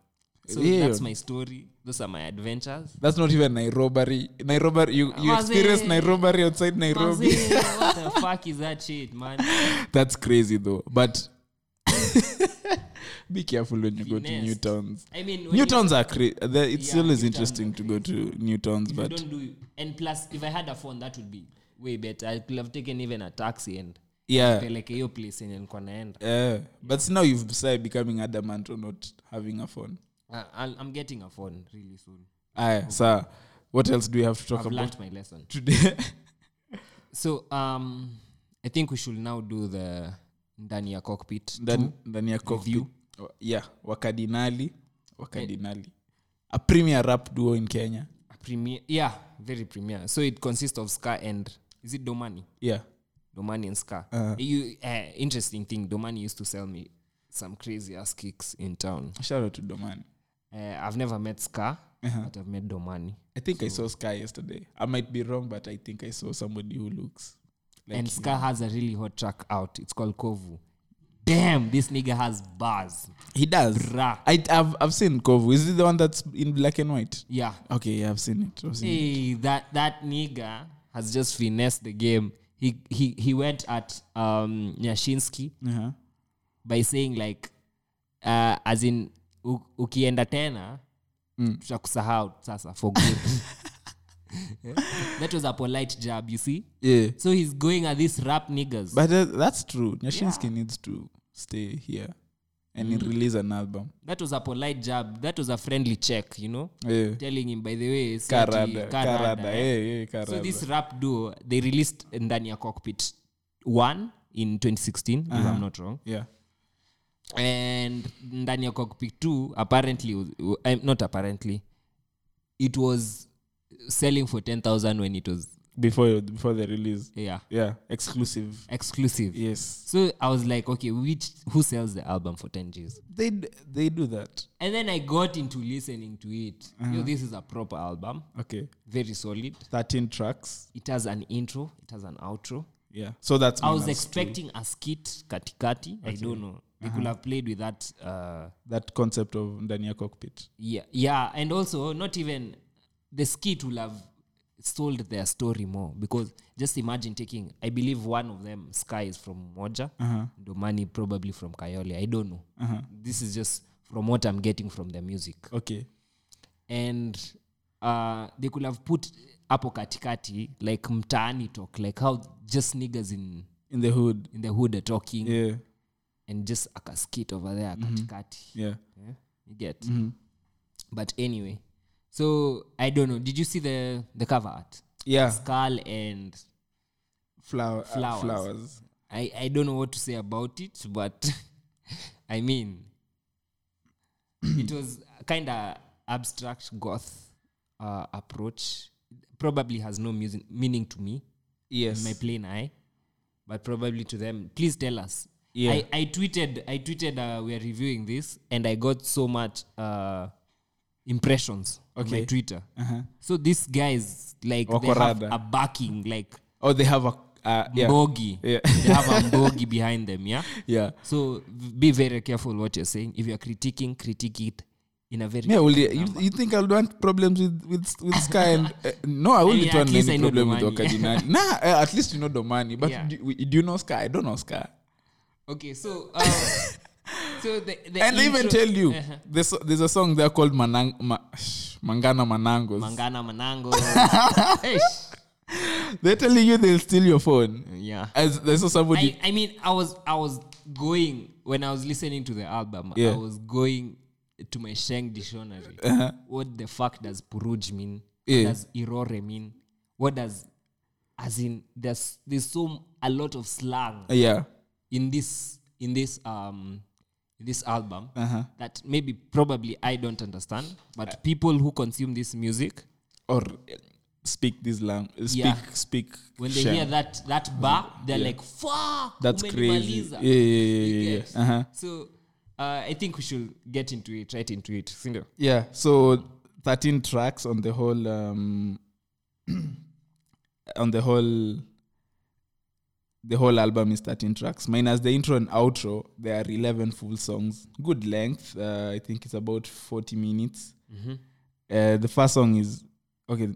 [SPEAKER 8] so
[SPEAKER 1] Yeah.
[SPEAKER 8] that's my story those are my adventures
[SPEAKER 1] That's not even Nairobi. Nairobi, you, you
[SPEAKER 8] Mazi.
[SPEAKER 1] experienced Nairobi outside Nairobi.
[SPEAKER 8] Manzi, what the fuck is that shit man
[SPEAKER 1] That's crazy though. But be careful when you go to
[SPEAKER 8] Finesse.
[SPEAKER 1] new towns.
[SPEAKER 8] i mean when
[SPEAKER 1] New
[SPEAKER 8] you-
[SPEAKER 1] towns are crazy. It
[SPEAKER 8] Yeah,
[SPEAKER 1] still is
[SPEAKER 8] new towns
[SPEAKER 1] interesting to go to new towns,
[SPEAKER 8] if you
[SPEAKER 1] but
[SPEAKER 8] don't do and plus if i had a phone that would be way better i could have taken even a taxi and
[SPEAKER 1] yeah.
[SPEAKER 8] peleke hiyo place yenye nilikuwa naenda
[SPEAKER 1] Yeah. Eh, But now you've started becoming adamant on not having a phone.
[SPEAKER 8] I- I'll- i'm getting a phone really soon
[SPEAKER 1] Aye, sir. What else do we have to talk
[SPEAKER 8] i've
[SPEAKER 1] about
[SPEAKER 8] learnt my lesson
[SPEAKER 1] today?
[SPEAKER 8] so um i think we should now do the ndani ya cockpit
[SPEAKER 1] Ndani- ndani ya
[SPEAKER 8] Review.
[SPEAKER 1] cockpit. Oh, yeah, wakadinali, wakadinali. A premier rap duo in Kenya.
[SPEAKER 8] A premier yeah very premier so it consists of scar and is it domani
[SPEAKER 1] Yeah.
[SPEAKER 8] domani and scar
[SPEAKER 1] Uh-huh.
[SPEAKER 8] you uh, interesting thing domani used to sell me some crazy ass kicks in town
[SPEAKER 1] Shout out to Domani.
[SPEAKER 8] uh, i've never met scar
[SPEAKER 1] Uh-huh.
[SPEAKER 8] but i've met domani
[SPEAKER 1] I think I saw Sky yesterday. I might be wrong, but I think I saw somebody who looks like
[SPEAKER 8] and Scar has a really hot track out. It's called Kovu. Damn, this nigga has bars.
[SPEAKER 1] he does.
[SPEAKER 8] Bruh.
[SPEAKER 1] I, I've I've seen Kovu. Is it the one that's in black and white?
[SPEAKER 8] Yeah.
[SPEAKER 1] Okay, yeah, I've seen it. I've seen it.
[SPEAKER 8] Hey, that that nigga has just finessed the game. He he he went at um Nyashinsky
[SPEAKER 1] Uh-huh.
[SPEAKER 8] by saying like uh, as in u- ukienda tena
[SPEAKER 1] Mm.
[SPEAKER 8] tutakusahau sasa for good. that was a polite jab, you see?
[SPEAKER 1] Yeah,
[SPEAKER 8] So he's going at these rap niggas.
[SPEAKER 1] but uh, that's true. Nyashinsky needs to stay here and
[SPEAKER 8] Mm.
[SPEAKER 1] release an album.
[SPEAKER 8] that was a polite jab. That was a friendly check, you know?
[SPEAKER 1] Yeah,
[SPEAKER 8] telling him by the way si ati
[SPEAKER 1] Karada,
[SPEAKER 8] Karada,
[SPEAKER 1] Karada,
[SPEAKER 8] eh.
[SPEAKER 1] yeah, yeah, Karada.
[SPEAKER 8] so this rap duo they released ndani ya cockpit 1 in 2016 if i'm not wrong
[SPEAKER 1] yeah,
[SPEAKER 8] and ndani ya cockpit 2 apparently was- w- eh, not apparently it was selling for 10000 when it was
[SPEAKER 1] before before the release.
[SPEAKER 8] yeah
[SPEAKER 1] Yeah, exclusive.
[SPEAKER 8] exclusive
[SPEAKER 1] Yes,
[SPEAKER 8] so i was like okay which who sells the album for 10 gs
[SPEAKER 1] they d- they do that.
[SPEAKER 8] and then i got into listening to it yo this is a proper album
[SPEAKER 1] Okay,
[SPEAKER 8] very solid
[SPEAKER 1] thirteen tracks.
[SPEAKER 8] it has an intro it has an outro
[SPEAKER 1] Yeah, so that's
[SPEAKER 8] I was
[SPEAKER 1] minus two.
[SPEAKER 8] expecting a skit katikati. I don't know. They could have played with that. Uh,
[SPEAKER 1] that concept of ndani ya cockpit.
[SPEAKER 8] yeah, yeah, and also not even the skit will have sold their story more because just imagine taking. I believe one of them, Sky, is from Moja. Domani probably from Kayole. I don't know. This is just from what I'm getting from the music,
[SPEAKER 1] Okay.
[SPEAKER 8] and uh, they could have put hapo katikati like mtaani talk, like how just niggas in
[SPEAKER 1] in the hood.
[SPEAKER 8] in the hood are talking.
[SPEAKER 1] Yeah,
[SPEAKER 8] and just akaskit over there
[SPEAKER 1] Mm-hmm.
[SPEAKER 8] katikati
[SPEAKER 1] yeah.
[SPEAKER 8] you get
[SPEAKER 1] Mm-hmm.
[SPEAKER 8] but anyway so i don't know did you see the the cover art
[SPEAKER 1] Yeah,
[SPEAKER 8] skull and
[SPEAKER 1] flower,
[SPEAKER 8] Flowers.
[SPEAKER 1] flowers. flowers.
[SPEAKER 8] i i don't know what to say about it but i mean it was kind of abstract goth uh, approach probably has no music meaning to me
[SPEAKER 1] Yes.
[SPEAKER 8] in my plain eye, but probably to them. Please tell us.
[SPEAKER 1] Yeah.
[SPEAKER 8] I, I tweeted. I tweeted. Uh, we are reviewing this, and I got so much uh, impressions on
[SPEAKER 1] Okay.
[SPEAKER 8] my
[SPEAKER 1] Uh-huh.
[SPEAKER 8] Twitter. So these guys like they
[SPEAKER 1] Wako
[SPEAKER 8] have
[SPEAKER 1] rada.
[SPEAKER 8] a backing like
[SPEAKER 1] oh, they have a uh, yeah,
[SPEAKER 8] mbogi.
[SPEAKER 1] Yeah.
[SPEAKER 8] they have a mbogi behind them. Yeah.
[SPEAKER 1] yeah.
[SPEAKER 8] So be very careful what you're saying. If you're critiquing, critique it in a very
[SPEAKER 1] Yeah, well, yeah, you, you think I'll want problems with with, with Sky and uh, no, I wouldn't
[SPEAKER 8] mean, at
[SPEAKER 1] want
[SPEAKER 8] least I
[SPEAKER 1] any
[SPEAKER 8] know
[SPEAKER 1] problem with
[SPEAKER 8] Domani.
[SPEAKER 1] Okadinani. nah, uh, at least you know Domani. But
[SPEAKER 8] Yeah.
[SPEAKER 1] do, we- do you know Sky? I don't know Sky.
[SPEAKER 8] Okay. So. Uh, so the, the
[SPEAKER 1] And they even
[SPEAKER 8] intro-
[SPEAKER 1] tell you
[SPEAKER 8] Uh-huh.
[SPEAKER 1] there's there's a song there called Manang, Ma, Mangana Manangos.
[SPEAKER 8] Mangana Manango.
[SPEAKER 1] They're telling you they'll steal your phone.
[SPEAKER 8] yeah.
[SPEAKER 1] As there's somebody
[SPEAKER 8] I, I mean, I was I was going when I was listening to the album. I
[SPEAKER 1] Yeah. Uh-huh.
[SPEAKER 8] was going to my Sheng dictionary. What the fuck does Puruj mean?
[SPEAKER 1] Yeah.
[SPEAKER 8] What does Irore mean? What does as in there's there's so a lot of slang
[SPEAKER 1] uh, yeah.
[SPEAKER 8] in this in this um in this album
[SPEAKER 1] Uh-huh.
[SPEAKER 8] that maybe probably I don't understand, but people who consume this music
[SPEAKER 1] or uh, speak this language speak
[SPEAKER 8] Yeah.
[SPEAKER 1] speak
[SPEAKER 8] when they
[SPEAKER 1] Sheng.
[SPEAKER 8] hear that that bar they're like fuck
[SPEAKER 1] that's crazy
[SPEAKER 8] umenimaliza."
[SPEAKER 1] yeah yeah yeah,
[SPEAKER 8] You
[SPEAKER 1] yeah,
[SPEAKER 8] get?
[SPEAKER 1] yeah. Uh-huh.
[SPEAKER 8] So uh, I think we should get into it, right into it. Sindio?
[SPEAKER 1] yeah so 13 tracks on the whole um on the whole the whole album is 13 tracks minus the intro and outro there are 11 full songs good length uh, i think it's about 40 minutes uh, the first song is okay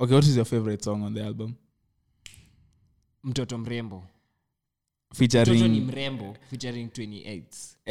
[SPEAKER 1] okay what is your favorite song on the album
[SPEAKER 8] mtoto mrembo mtoto ni
[SPEAKER 1] featuring
[SPEAKER 8] mrembo featuring 28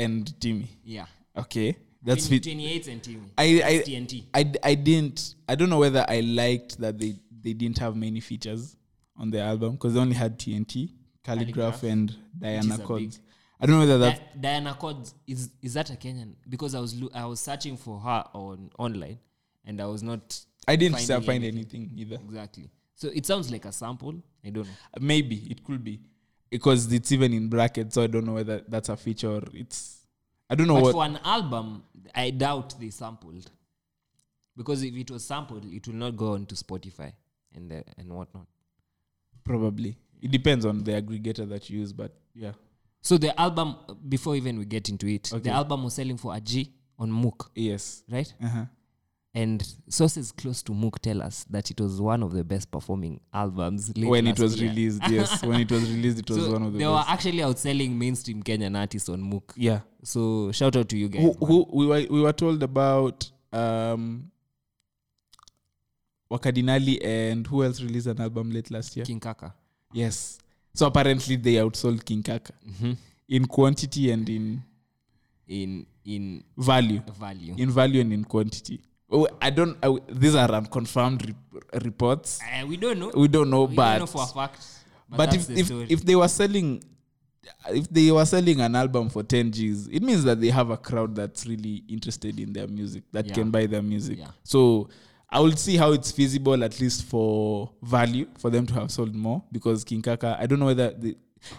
[SPEAKER 1] and timmy
[SPEAKER 8] yeah
[SPEAKER 1] okay that's fit
[SPEAKER 8] 28 and Timmy.
[SPEAKER 1] I- I-
[SPEAKER 8] That's TNT.
[SPEAKER 1] I, I didn't I don't know whether I liked that they they didn't have many features on the album because they only had TNT, Calligraph,
[SPEAKER 8] Calligraph,
[SPEAKER 1] and Diana
[SPEAKER 8] is a
[SPEAKER 1] Chords. I don't know whether that
[SPEAKER 8] Di- Diana Cods is is that a Kenyan? Because I was loo- I was searching for her on online, and I was not
[SPEAKER 1] I didn't
[SPEAKER 8] finding
[SPEAKER 1] sa- find
[SPEAKER 8] anything.
[SPEAKER 1] anything either.
[SPEAKER 8] exactly. So it sounds like a sample. I don't know.
[SPEAKER 1] Maybe it could be because it's even in brackets, so I don't know whether that's a feature. Or it's I don't know
[SPEAKER 8] But
[SPEAKER 1] what
[SPEAKER 8] for an album, I doubt they sampled, because if it was sampled, it will not go on to Spotify and the, and whatnot.
[SPEAKER 1] probably it depends on the aggregator that you use, but yeah,
[SPEAKER 8] So the album, before even we get into it,
[SPEAKER 1] Okay.
[SPEAKER 8] the album was selling for a G on Mook,
[SPEAKER 1] yes,
[SPEAKER 8] right?
[SPEAKER 1] uh-huh.
[SPEAKER 8] And sources close to Mook tell us that it was one of the best performing albums. late
[SPEAKER 1] when it
[SPEAKER 8] last
[SPEAKER 1] was
[SPEAKER 8] year.
[SPEAKER 1] released, yes, when it was released, it was
[SPEAKER 8] So
[SPEAKER 1] one of the
[SPEAKER 8] they
[SPEAKER 1] best.
[SPEAKER 8] were actually outselling mainstream Kenyan artists on Mook.
[SPEAKER 1] yeah.
[SPEAKER 8] So shout out to you guys.
[SPEAKER 1] who,
[SPEAKER 8] man.
[SPEAKER 1] who we were we were told about um Wakadinali and who else released an album late last year?
[SPEAKER 8] King Kaka.
[SPEAKER 1] Yes. So apparently they outsold King Kaka
[SPEAKER 8] Mm-hmm.
[SPEAKER 1] in quantity and in
[SPEAKER 8] in in
[SPEAKER 1] value,
[SPEAKER 8] value.
[SPEAKER 1] in value and in quantity. Oh, I don't. I, these are unconfirmed rep- reports.
[SPEAKER 8] Uh, we don't know.
[SPEAKER 1] We don't know,
[SPEAKER 8] We
[SPEAKER 1] but
[SPEAKER 8] don't know for a fact. But,
[SPEAKER 1] but
[SPEAKER 8] that's
[SPEAKER 1] if
[SPEAKER 8] the
[SPEAKER 1] if,
[SPEAKER 8] story.
[SPEAKER 1] if they were selling if they were selling an album for 10 G's, it means that they have a crowd that's really interested in their music that
[SPEAKER 8] Yeah.
[SPEAKER 1] can buy their music.
[SPEAKER 8] Yeah.
[SPEAKER 1] So I will see how it's feasible, at least for value, for them to have sold more because King Kaka, I don't know whether they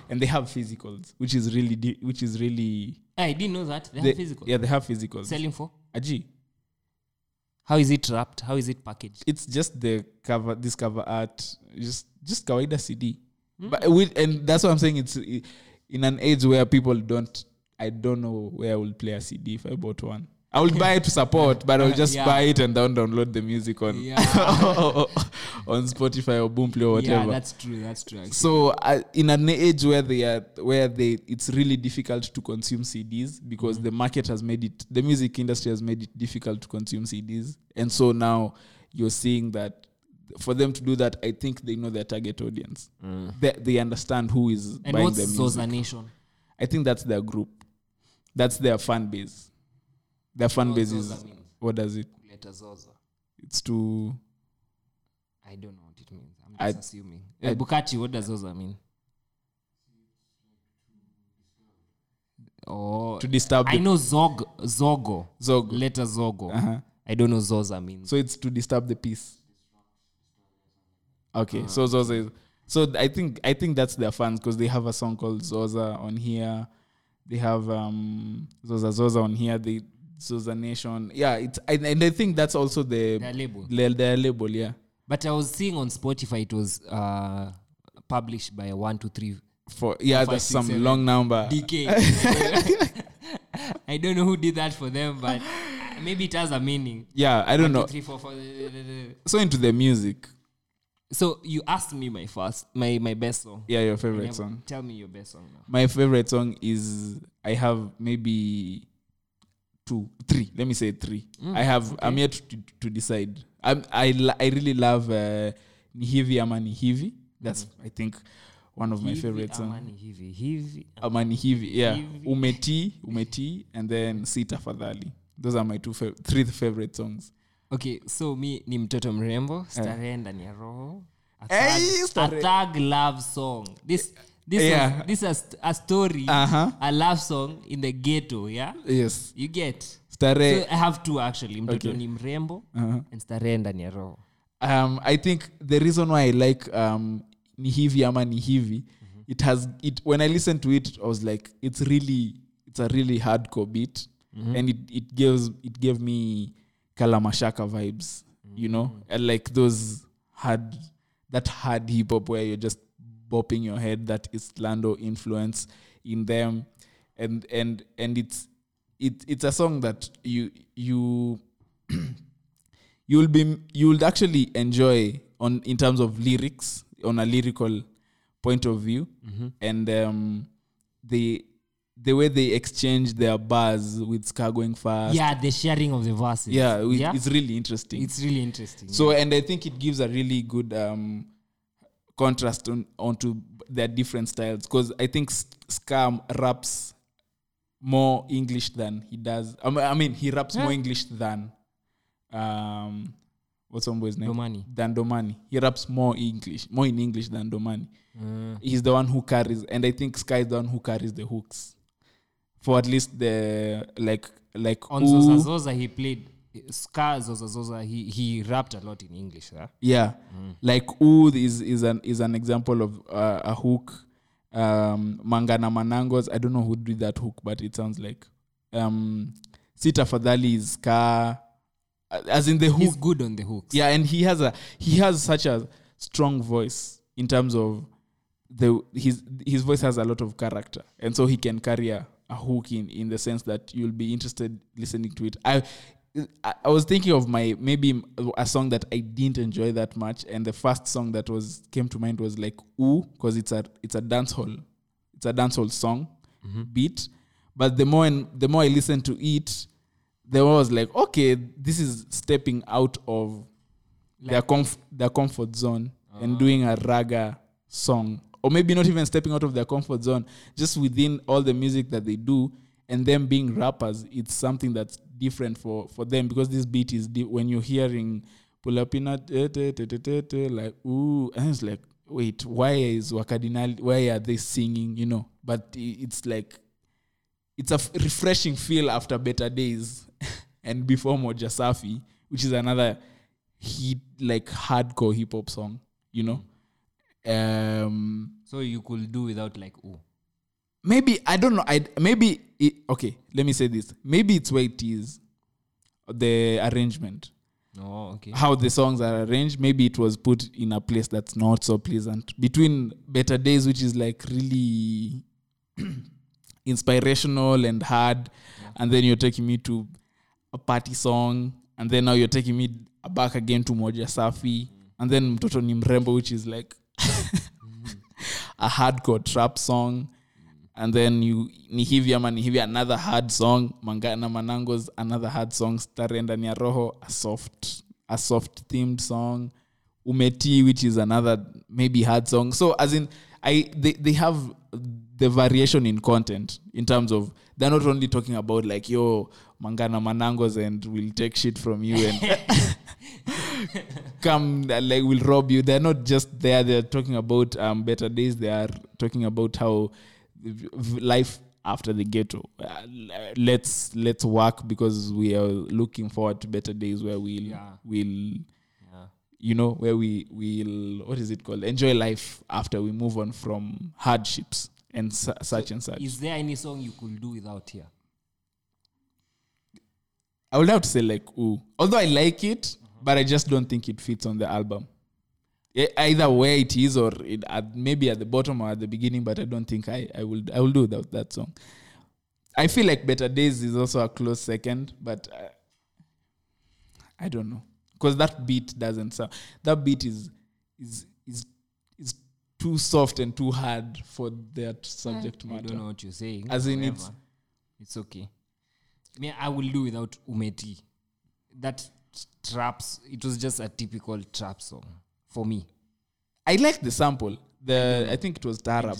[SPEAKER 1] and they have physicals, which is really di- which is really
[SPEAKER 8] I didn't know that they,
[SPEAKER 1] they-
[SPEAKER 8] have physical
[SPEAKER 1] Yeah, they have physicals.
[SPEAKER 8] selling for.
[SPEAKER 1] a G.
[SPEAKER 8] How is it wrapped? How is it packaged?
[SPEAKER 1] it's just the cover this cover art just just kawaida cd
[SPEAKER 8] Hmm.
[SPEAKER 1] but we, and that's what i'm saying it's i- in an age where people don't i don't know where i will play a cd if i bought one i will buy it to support but i'll just
[SPEAKER 8] Yeah.
[SPEAKER 1] buy it and then download the music on on spotify or boomplay or
[SPEAKER 8] Yeah,
[SPEAKER 1] whatever
[SPEAKER 8] that's true. That's true. actually.
[SPEAKER 1] so uh, in an age where they are where they it's really difficult to consume cds because
[SPEAKER 8] Mm-hmm.
[SPEAKER 1] the market has made it the music industry has made it difficult to consume cds and so now you're seeing that for them to do that i think they know their target audience they, they understand who is
[SPEAKER 8] Mm. And
[SPEAKER 1] buying
[SPEAKER 8] what's
[SPEAKER 1] their music
[SPEAKER 8] Zoza Nation?
[SPEAKER 1] i think that's their group that's their fan base their fan
[SPEAKER 8] What
[SPEAKER 1] base
[SPEAKER 8] does
[SPEAKER 1] is
[SPEAKER 8] that mean?
[SPEAKER 1] what does it
[SPEAKER 8] Letter Zoza.
[SPEAKER 1] it's to
[SPEAKER 8] I don't know what it means. I'm
[SPEAKER 1] I-
[SPEAKER 8] just assuming. Uh, Bukati, what does Zoza mean? Oh,
[SPEAKER 1] to disturb
[SPEAKER 8] I
[SPEAKER 1] the,
[SPEAKER 8] know Zog, Zogo.
[SPEAKER 1] Zogo.
[SPEAKER 8] Letter Zogo.
[SPEAKER 1] Uh-huh.
[SPEAKER 8] I don't know Zoza means.
[SPEAKER 1] So it's to disturb the peace. Okay,
[SPEAKER 8] Ah.
[SPEAKER 1] so Zoza is so th- I think I think that's their fans because they have a song called Zoza on here. They have um Zoza Zoza on here. They Zoza Nation. Yeah, it's and, and I think that's also the
[SPEAKER 8] Their label.
[SPEAKER 1] le- their label. Yeah,
[SPEAKER 8] but I was seeing on Spotify it was uh, published by one, two, three.
[SPEAKER 1] for yeah,
[SPEAKER 8] Five,
[SPEAKER 1] that's
[SPEAKER 8] six,
[SPEAKER 1] some
[SPEAKER 8] seven.
[SPEAKER 1] long number.
[SPEAKER 8] DK. I don't know who did that for them, but maybe it has a meaning.
[SPEAKER 1] yeah, I don't
[SPEAKER 8] One,
[SPEAKER 1] know.
[SPEAKER 8] two, three, four, four,
[SPEAKER 1] So into the music.
[SPEAKER 8] So you asked me my first, my, my best song.
[SPEAKER 1] Yeah, your favorite
[SPEAKER 8] Nev-
[SPEAKER 1] song.
[SPEAKER 8] Tell me your best song now.
[SPEAKER 1] My favorite song is I have maybe two, three. Let me say three.
[SPEAKER 8] Mm,
[SPEAKER 1] I have. I'm yet to, to decide. I'm, I li- I really love uh, Nihivi ama Nihivi. That's
[SPEAKER 8] Mm.
[SPEAKER 1] I think one of my favorite Oh. songs.
[SPEAKER 8] Amani hivi hivi.
[SPEAKER 1] Ama Nihivi. Yeah.
[SPEAKER 8] Nihivi.
[SPEAKER 1] Umeti, Umeti, and then Sita Fadhali. Those are my two fav- three favorite songs.
[SPEAKER 8] Okay, so me ni mtoto mrembo, starehe ndani ya roho. A thug-
[SPEAKER 1] Eh. Hey,
[SPEAKER 8] a
[SPEAKER 1] starehe.
[SPEAKER 8] thug love song. This this
[SPEAKER 1] Yeah.
[SPEAKER 8] was, this is a story,
[SPEAKER 1] Uh-huh.
[SPEAKER 8] a love song in the ghetto, yeah?
[SPEAKER 1] Yes.
[SPEAKER 8] You get.
[SPEAKER 1] Stare.
[SPEAKER 8] So I have two actually, mtoto
[SPEAKER 1] Eh. Okay.
[SPEAKER 8] ni mrembo
[SPEAKER 1] Uh-huh.
[SPEAKER 8] and starehe ndani ya roho.
[SPEAKER 1] um, I think the reason why I like um, Nihivi ama Nihivi, it has it when I listened to it, I was like, it's really it's a really hardcore beat, and it it gives it gave me Kalamashaka vibes, you know, and like those hard that hard hip hop where you're just bopping your head, that Islando influence in them, and and and it's it it's a song that you you you'll be you'll actually enjoy on in terms of lyrics on a lyrical point of view
[SPEAKER 8] Mm-hmm.
[SPEAKER 1] and um, the the way they exchange their bars with Scar going fast.
[SPEAKER 8] yeah the sharing of the verses
[SPEAKER 1] yeah, it-
[SPEAKER 8] yeah?
[SPEAKER 1] it's really interesting.
[SPEAKER 8] it's really interesting
[SPEAKER 1] so and I think it gives a really good um, contrast on onto their different styles because I think S- Scar raps more English than he does. I mean, I mean he raps more English than um, what's Ombo's name?
[SPEAKER 8] Domani.
[SPEAKER 1] Than Domani. He raps more English, more in English than Domani.
[SPEAKER 8] Mm.
[SPEAKER 1] He's the one who carries, and I think Sky is the one who carries the hooks for at least the like like
[SPEAKER 8] on
[SPEAKER 1] ooh.
[SPEAKER 8] Zoza Zoza he played Scar Zoza Zoza he, he rapped a lot in English huh?
[SPEAKER 1] yeah like ood is is an is an example of uh, a hook um mangana manangos i don't know who did that hook but it sounds like um sita fadhali is ka as in the hook
[SPEAKER 8] he's good on the hooks
[SPEAKER 1] yeah and he has a he has such a strong voice in terms of the his his voice has a lot of character and so he can carry a, a hook in in the sense that you'll be interested listening to it i I- I was thinking of my maybe a song that I didn't enjoy that much, and the first song that was came to mind was like "Ooh" because it's a it's a dancehall, it's a dancehall song beat. But the more and the more I listened to it, there was like okay this is stepping out of their comf- their comfort zone and doing a raga song or maybe not even stepping out of their comfort zone just within all the music that they do and them being rappers it's something that's different for for them because this beat is di- when you're hearing pull up in a te- te- te- te- te- te, like ooh and it's like wait why is wakadinali why are they singing you know but i- it's like it's a f- refreshing feel after better days and before Moja Safi, which is another hit like hardcore hip hop song, you know. Um,
[SPEAKER 8] so you could do without like ooh
[SPEAKER 1] maybe I don't know. I maybe it, okay. Let me say this. Maybe it's where it is, the arrangement,
[SPEAKER 8] oh okay
[SPEAKER 1] how the songs are arranged. Maybe it was put in a place that's not so pleasant between better days, which is like really inspirational and hard and then you're taking me to a party song and then now you're taking me back again to moja safi and then mtoto ni mrembo which is like a hardcore trap song and then you ni hivi ama ni hivi another hard song mangana manangos another hard song stare ndani ya roho a soft a soft themed song umeti which is another maybe hard song so as in i they, they have the variation in content in terms of they're not only talking about like yo mangana manangos and we'll take shit from you and come uh, like will rob you they're not just there they're talking about um, better days they are talking about how v- v- life after the ghetto uh, l- let's let's work because we are looking forward to better days where we'll
[SPEAKER 8] Yeah.
[SPEAKER 1] we'll
[SPEAKER 8] yeah.
[SPEAKER 1] you know where we will what is it called enjoy life after we move on from hardships and su- such and such
[SPEAKER 8] is there any song you could do without here
[SPEAKER 1] i would have to say like ooh although i like it but i just don't think it fits on the album E- either where it is or it at, maybe at the bottom or at the beginning but i don't think i i will i will do without that song i feel like better days is also a close second but uh, i don't know because that beat doesn't sound that beat is is is is too soft and too hard for that subject
[SPEAKER 8] I
[SPEAKER 1] matter
[SPEAKER 8] don't know what you're saying
[SPEAKER 1] As in it's-
[SPEAKER 8] however, it's okay me I will do without umeti that traps it was just a typical trap song for me
[SPEAKER 1] i like the sample the i think it was tarab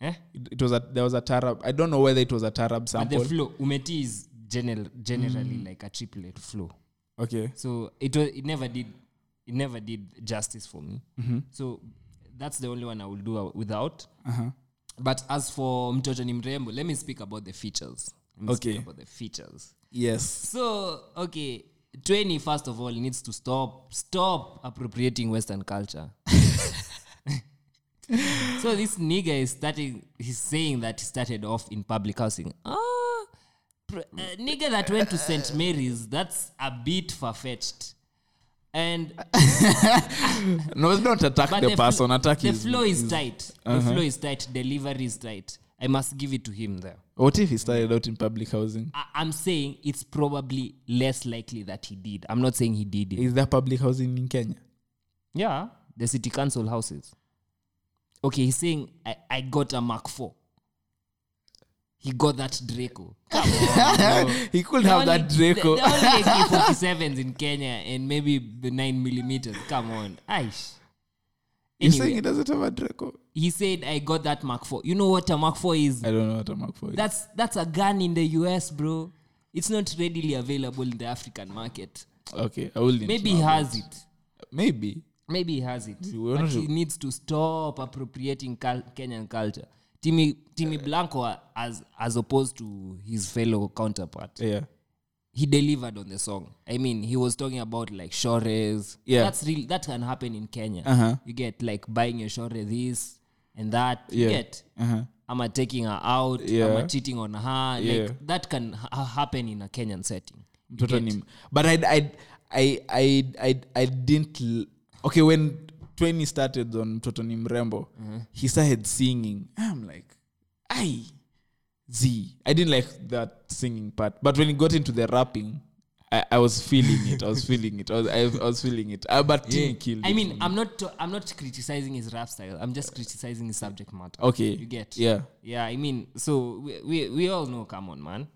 [SPEAKER 8] eh
[SPEAKER 1] it, it was a there was a tarab i don't know whether it was a tarab
[SPEAKER 8] but the
[SPEAKER 1] sample
[SPEAKER 8] flow umeti is general generally
[SPEAKER 1] Mm.
[SPEAKER 8] like a triplet flow
[SPEAKER 1] okay
[SPEAKER 8] so it was it never did it never did justice for me so that's the only one i will do uh, without but as for mtoto ni mrembo let me speak about the features Let me
[SPEAKER 1] Okay.
[SPEAKER 8] speak about the features
[SPEAKER 1] yes
[SPEAKER 8] so okay 20 first of all needs to stop stop appropriating western culture so this nigga is starting he's saying that he started off in public housing ah pr- uh, nigga that went to st mary's that's a bit far-fetched and
[SPEAKER 1] no don't attack the,
[SPEAKER 8] fl-
[SPEAKER 1] person attack Uh-huh.
[SPEAKER 8] the
[SPEAKER 1] his
[SPEAKER 8] flow is tight the flow is tight delivery is tight i must give it to him there
[SPEAKER 1] what if he started out in public housing
[SPEAKER 8] I- i'm saying it's probably less likely that he did i'm not saying he did it
[SPEAKER 1] is there public housing in kenya
[SPEAKER 8] Yeah, the city council houses. okay he's saying i, I got a mark 4 he got that draco
[SPEAKER 1] he couldn't have
[SPEAKER 8] They
[SPEAKER 1] that
[SPEAKER 8] only-
[SPEAKER 1] Draco.
[SPEAKER 8] they- they only make AK-47s in Kenya and maybe the nine millimeters. Come on, Aish.
[SPEAKER 1] You're
[SPEAKER 8] Anyway,
[SPEAKER 1] saying he doesn't have a Draco?
[SPEAKER 8] he said I got that Mark Four. You know what a Mark Four is?
[SPEAKER 1] I don't know what a Mark IV is.
[SPEAKER 8] That's that's a gun in the US, bro. It's not readily available in the African market.
[SPEAKER 1] okay, I will
[SPEAKER 8] Maybe he has it.
[SPEAKER 1] Maybe.
[SPEAKER 8] Maybe he has it.
[SPEAKER 1] we're
[SPEAKER 8] But
[SPEAKER 1] not
[SPEAKER 8] he needs to stop appropriating cul- Kenyan culture. Timmy Timmy Blanco, as as opposed to his fellow counterpart.
[SPEAKER 1] Yeah.
[SPEAKER 8] he delivered on the song. I mean, he was talking about like shores.
[SPEAKER 1] Yeah.
[SPEAKER 8] that's real. That can happen in Kenya.
[SPEAKER 1] Uh-huh.
[SPEAKER 8] You get like buying a shore this and that. You
[SPEAKER 1] Yeah.
[SPEAKER 8] get.
[SPEAKER 1] Uh-huh.
[SPEAKER 8] Am I taking her out? Am I
[SPEAKER 1] Yeah.
[SPEAKER 8] cheating on her?
[SPEAKER 1] Yeah.
[SPEAKER 8] Like that can ha- happen in a Kenyan setting. You
[SPEAKER 1] mtoto
[SPEAKER 8] get-
[SPEAKER 1] ni but I, I, I, I, I, I didn't l- okay when 20 started on mtoto ni mrembo
[SPEAKER 8] Mm-hmm.
[SPEAKER 1] he started singing i'm like i z i didn't like that singing part but when he got into the rapping I, I was feeling it. I was feeling it. I was, I, I was feeling it. Uh, but Tim killed.
[SPEAKER 8] I
[SPEAKER 1] it
[SPEAKER 8] mean,
[SPEAKER 1] for me.
[SPEAKER 8] I'm not. To, I'm not criticizing his rap style. I'm just criticizing his subject matter.
[SPEAKER 1] okay.
[SPEAKER 8] you get.
[SPEAKER 1] Yeah.
[SPEAKER 8] Yeah, I mean, so we we, we all know, come on, man.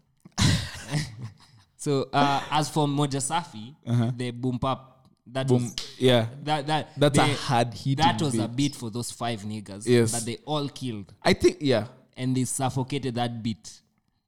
[SPEAKER 8] so uh, as for Moja Safi, the boom pop, that
[SPEAKER 1] Uh-huh. Boom.
[SPEAKER 8] was
[SPEAKER 1] Yeah.
[SPEAKER 8] that that
[SPEAKER 1] That's a
[SPEAKER 8] they-
[SPEAKER 1] hard hit.
[SPEAKER 8] That was a beat for those five niggas
[SPEAKER 1] Yes.
[SPEAKER 8] that they all killed
[SPEAKER 1] I think. Yeah.
[SPEAKER 8] and they suffocated that beat.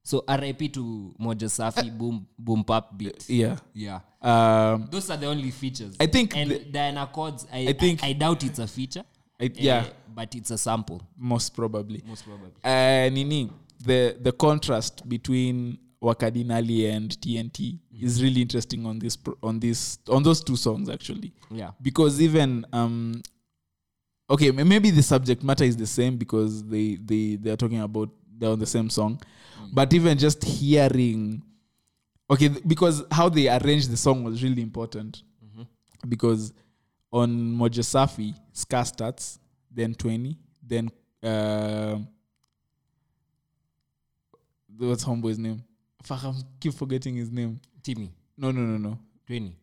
[SPEAKER 8] So RIP to Moja Safi
[SPEAKER 1] Uh,
[SPEAKER 8] boom boom pop beat.
[SPEAKER 1] Yeah.
[SPEAKER 8] Yeah.
[SPEAKER 1] Um.
[SPEAKER 8] Those are the only features.
[SPEAKER 1] I think
[SPEAKER 8] and
[SPEAKER 1] the-
[SPEAKER 8] Diana Chords, I,
[SPEAKER 1] I think-
[SPEAKER 8] I, doubt it's a feature.
[SPEAKER 1] I,
[SPEAKER 8] eh,
[SPEAKER 1] yeah.
[SPEAKER 8] but it's a sample,
[SPEAKER 1] Most probably.
[SPEAKER 8] most probably.
[SPEAKER 1] uh, nini the the contrast between wakadinali and tnt is really interesting on this pro- on this on those two songs actually
[SPEAKER 8] Yeah.
[SPEAKER 1] because even um okay ma- maybe the subject matter is the same because they they they're talking about they're on the same song but even just hearing okay th- because how they arranged the song was really important because on moja safi ska starts then 20 then um what's homeboy's name fuck i'm keep forgetting his name
[SPEAKER 8] Timmy,
[SPEAKER 1] no no no no
[SPEAKER 8] Twenty,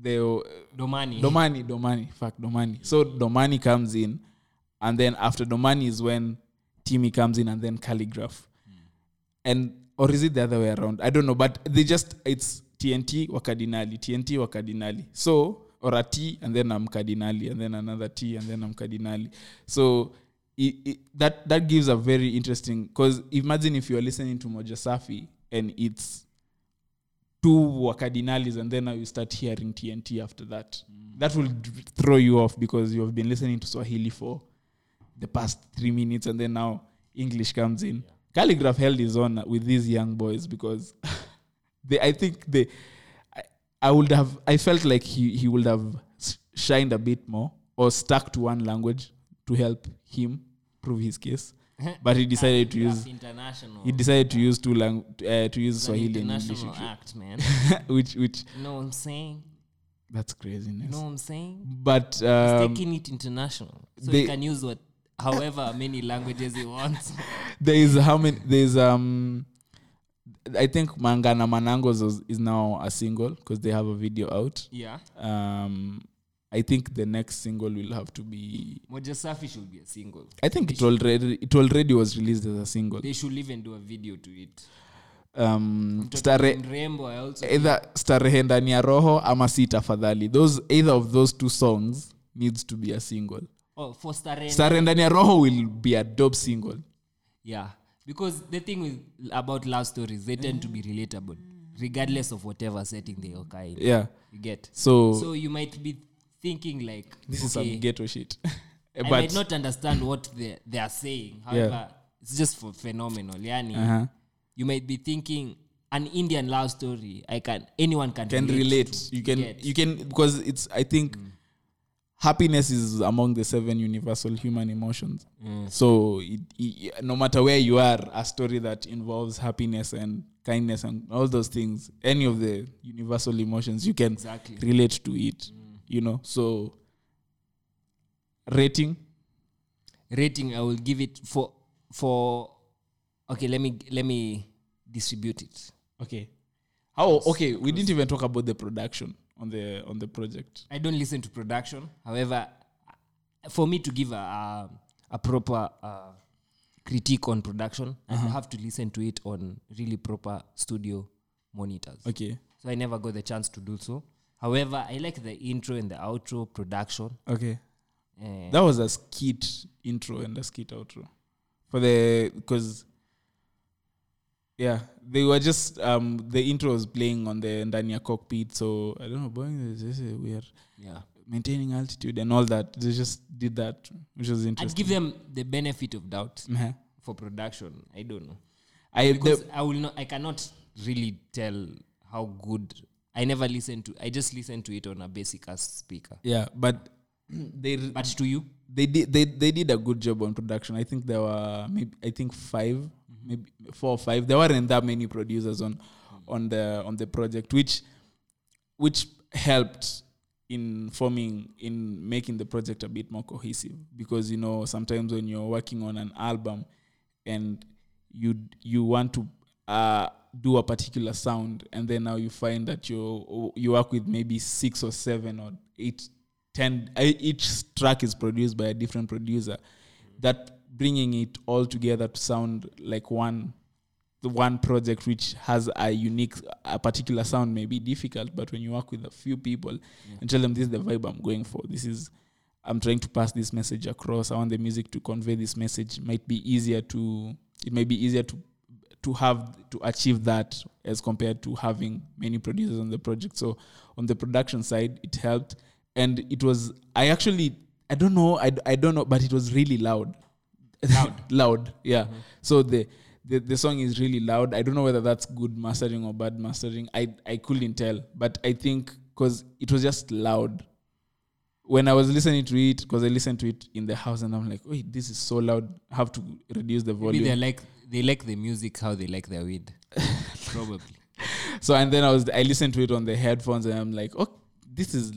[SPEAKER 1] they
[SPEAKER 8] Domani.
[SPEAKER 1] Domani, Domani, fuck Domani. So Domani comes in, and then after Domani is when Timmy comes in, and then Calligraph, and or is it the other way around? I don't know, but they just it's TNT Wakadinali, TNT Wakadinali. So or a T and then I'm Cardinali, and then another T and then I'm Cardinali. So. It, it, that that gives a very interesting because imagine if you're listening to Moja Safi and it's two wakadinalis and then now you start hearing tnt after that that will d- throw you off because you have been listening to swahili for the past three minutes and then now english comes in calligraph held his own with these young boys because they i think they I, I would have i felt like he, he would have s- shined a bit more or stuck to one language to help him prove his case but he decided to
[SPEAKER 8] That's
[SPEAKER 1] use
[SPEAKER 8] international.
[SPEAKER 1] he decided to use two lang- uh, to use
[SPEAKER 8] It's an
[SPEAKER 1] swahili and english
[SPEAKER 8] international act, man.
[SPEAKER 1] which which
[SPEAKER 8] You know what I'm saying?
[SPEAKER 1] that's craziness.
[SPEAKER 8] You know what I'm saying?
[SPEAKER 1] But
[SPEAKER 8] He's
[SPEAKER 1] um,
[SPEAKER 8] taking it international, so he
[SPEAKER 1] they-
[SPEAKER 8] can use what, however many languages he wants.
[SPEAKER 1] there is how many? There is um, I think Mangana Manangos is, is now a single because they have a video out.
[SPEAKER 8] yeah,
[SPEAKER 1] Um, I think the next single will have to be.
[SPEAKER 8] Moja Safi should be a single.
[SPEAKER 1] I think it already it already was released as a single.
[SPEAKER 8] They should even do a video to it.
[SPEAKER 1] Um, stare
[SPEAKER 8] Rainbow, I also.
[SPEAKER 1] either starehe ndani ya roho ama si tafadhali. Those either of those two songs needs to be a single.
[SPEAKER 8] oh, for Starenda.
[SPEAKER 1] Starehe ndani ya roho will be a dope single.
[SPEAKER 8] yeah, because the thing with about love stories, they tend to be relatable, regardless of whatever setting they occur in.
[SPEAKER 1] Yeah.
[SPEAKER 8] You get.
[SPEAKER 1] So,
[SPEAKER 8] So you might be thinking like,
[SPEAKER 1] this is
[SPEAKER 8] okay,
[SPEAKER 1] some ghetto shit.
[SPEAKER 8] I might not understand what they they are saying. However, it's just for phenomenal. Yani,
[SPEAKER 1] uh-huh.
[SPEAKER 8] you might be thinking an Indian love story. I can anyone can
[SPEAKER 1] can
[SPEAKER 8] relate.
[SPEAKER 1] relate.
[SPEAKER 8] to,
[SPEAKER 1] You can
[SPEAKER 8] get.
[SPEAKER 1] you can because it's I think happiness is among the seven universal human emotions. So it, it, no matter where you are, a story that involves happiness and kindness and all those things, any of the universal emotions, you can
[SPEAKER 8] Exactly. Mm.
[SPEAKER 1] relate to it. You know, so rating.
[SPEAKER 8] rating. I will give it for for. Okay, let me let me distribute it.
[SPEAKER 1] Okay. How Oh, okay? We didn't even talk about the production on the on the project.
[SPEAKER 8] I don't listen to production. However, for me to give a a, a a proper uh, critique on production and
[SPEAKER 1] Uh-huh.
[SPEAKER 8] you have to listen to it on really proper studio monitors
[SPEAKER 1] okay
[SPEAKER 8] so i never got the chance to do so however i like the intro and the outro production
[SPEAKER 1] okay
[SPEAKER 8] eh,
[SPEAKER 1] that was a skit intro and a skit outro for the because yeah they were just um the intro was playing on the ndania cockpit so i don't know boing this is weird
[SPEAKER 8] yeah
[SPEAKER 1] maintaining altitude and all that they just did that which was
[SPEAKER 8] i'd
[SPEAKER 1] interesting
[SPEAKER 8] give them the benefit of doubt
[SPEAKER 1] Mhm.
[SPEAKER 8] for production i don't know
[SPEAKER 1] i
[SPEAKER 8] because
[SPEAKER 1] the,
[SPEAKER 8] I will not. I cannot really tell how good. I never listen to. I just listen to it on a basic ass speaker.
[SPEAKER 1] yeah but they
[SPEAKER 8] But to you,
[SPEAKER 1] they did they, they did a good job on production. I think there were maybe I think 5
[SPEAKER 8] Mm-hmm.
[SPEAKER 1] maybe four or five. There weren't that many producers on on the on the project, which which helped in forming in making the project a bit more cohesive. Because you know sometimes when you're working on an album and you you want to uh, do a particular sound, and then now you find that you you work with maybe six or seven or eight, ten. eh, Each track is produced by a different producer. That bringing it all together to sound like one, the one project which has a unique, a particular sound may be difficult. But when you work with a few people and tell them this is the vibe I'm going for, this is I'm trying to pass this message across. I want the music to convey this message. Might be easier to it might be easier to to have to achieve that as compared to having many producers on the project. So on the production side, it helped, and it was I actually I don't know I, I don't know, but it was really loud, loud, loud. Yeah.
[SPEAKER 8] Mm-hmm.
[SPEAKER 1] So the, the the song is really loud. I don't know whether that's good mastering or bad mastering. I I couldn't tell, but I think because it was just loud when I was listening to it, because I listened to it in the house, and I'm like, "Wait, this is so loud. I have to reduce the
[SPEAKER 8] maybe they
[SPEAKER 1] volume."
[SPEAKER 8] like they like the music how they like their weed. Probably.
[SPEAKER 1] So, and then I was, I listened to it on the headphones, and I'm like, "Oh, this is,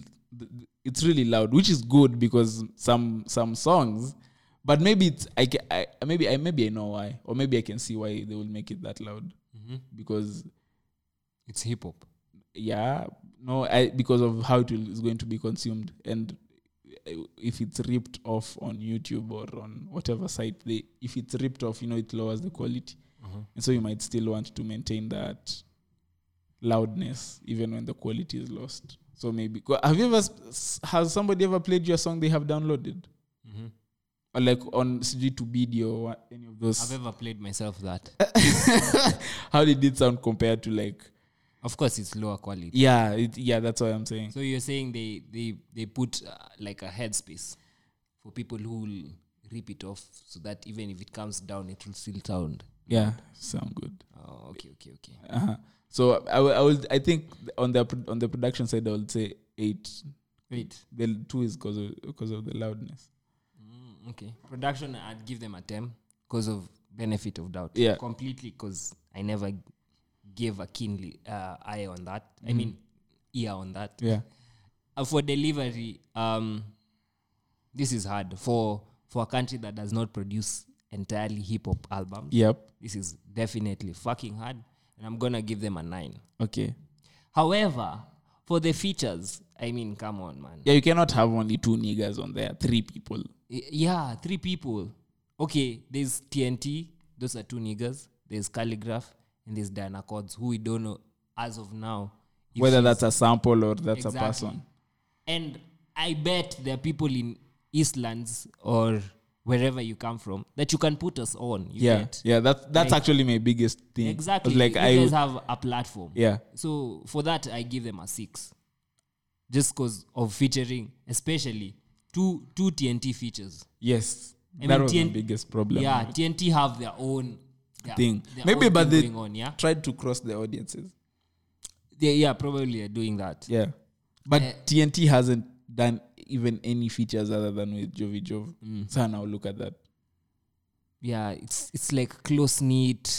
[SPEAKER 1] it's really loud," which is good because some some songs, but maybe it's I, ca- I maybe I maybe I know why, or maybe I can see why they will make it that loud because
[SPEAKER 8] It's hip hop.
[SPEAKER 1] yeah no I, because of how it will, is going to be consumed and uh, if it's ripped off on youtube or on whatever site they if it's ripped off you know it lowers the quality and so you might still want to maintain that loudness even when the quality is lost so maybe 'cause have you ever s- s- has somebody ever played your song they have downloaded or like on cg to video or what- any of
[SPEAKER 8] I've
[SPEAKER 1] those
[SPEAKER 8] ever played myself that.
[SPEAKER 1] Uh, how did it sound compared to like
[SPEAKER 8] Of course, it's lower quality.
[SPEAKER 1] yeah it, yeah that's what i'm saying
[SPEAKER 8] So you're saying they they they put uh, like a headspace for people who will rip it off so that even if it comes down, it will still sound.
[SPEAKER 1] yeah sound good
[SPEAKER 8] Oh, okay, okay, okay.
[SPEAKER 1] Uh-huh. So I, will- I would I think on the pro- on the production side I would say eight.
[SPEAKER 8] Wait.
[SPEAKER 1] The two is because of because of the loudness.
[SPEAKER 8] Okay. Production, I'd give them a 10 because of benefit of doubt.
[SPEAKER 1] Yeah.
[SPEAKER 8] Completely because I never g- gave a keenly uh, eye on that. I mean, ear on that.
[SPEAKER 1] Yeah.
[SPEAKER 8] Uh, for delivery, um, this is hard. For, for a country that does not produce entirely hip hop albums,
[SPEAKER 1] Yep.
[SPEAKER 8] this is definitely fucking hard. And I'm going to give them a 9.
[SPEAKER 1] Okay.
[SPEAKER 8] However, for the features, I mean, come on, man.
[SPEAKER 1] Yeah, you cannot have only two niggas on there. Three people.
[SPEAKER 8] Y- yeah three people okay there's tnt those are two niggas there's calligraph and there's diana Cords, who we don't know as of now if
[SPEAKER 1] Whether
[SPEAKER 8] she's-
[SPEAKER 1] that's a sample or that's a
[SPEAKER 8] Exactly.
[SPEAKER 1] person.
[SPEAKER 8] and i bet there are people in eastlands or wherever you come from that you can put us on you
[SPEAKER 1] Yeah.
[SPEAKER 8] get?
[SPEAKER 1] Yeah. That's that's
[SPEAKER 8] Like-
[SPEAKER 1] actually my biggest thing.
[SPEAKER 8] exactly
[SPEAKER 1] Like
[SPEAKER 8] you
[SPEAKER 1] I.
[SPEAKER 8] guys have a platform
[SPEAKER 1] yeah.
[SPEAKER 8] so for that i give them a six just because of featuring especially two two tnt features
[SPEAKER 1] Yes.
[SPEAKER 8] I
[SPEAKER 1] that
[SPEAKER 8] mean,
[SPEAKER 1] was
[SPEAKER 8] TN
[SPEAKER 1] my biggest problem.
[SPEAKER 8] yeah tnt have their own their-
[SPEAKER 1] Thing.
[SPEAKER 8] their
[SPEAKER 1] Maybe,
[SPEAKER 8] own
[SPEAKER 1] but
[SPEAKER 8] thing
[SPEAKER 1] they-
[SPEAKER 8] going on, yeah
[SPEAKER 1] Tried to cross the audiences.
[SPEAKER 8] they, yeah probably are doing that
[SPEAKER 1] Yeah. But
[SPEAKER 8] Eh.
[SPEAKER 1] TNT hasn't done even any features other than with Jovi Jov.
[SPEAKER 8] Mm.
[SPEAKER 1] So now look at that.
[SPEAKER 8] yeah it's it's like close knit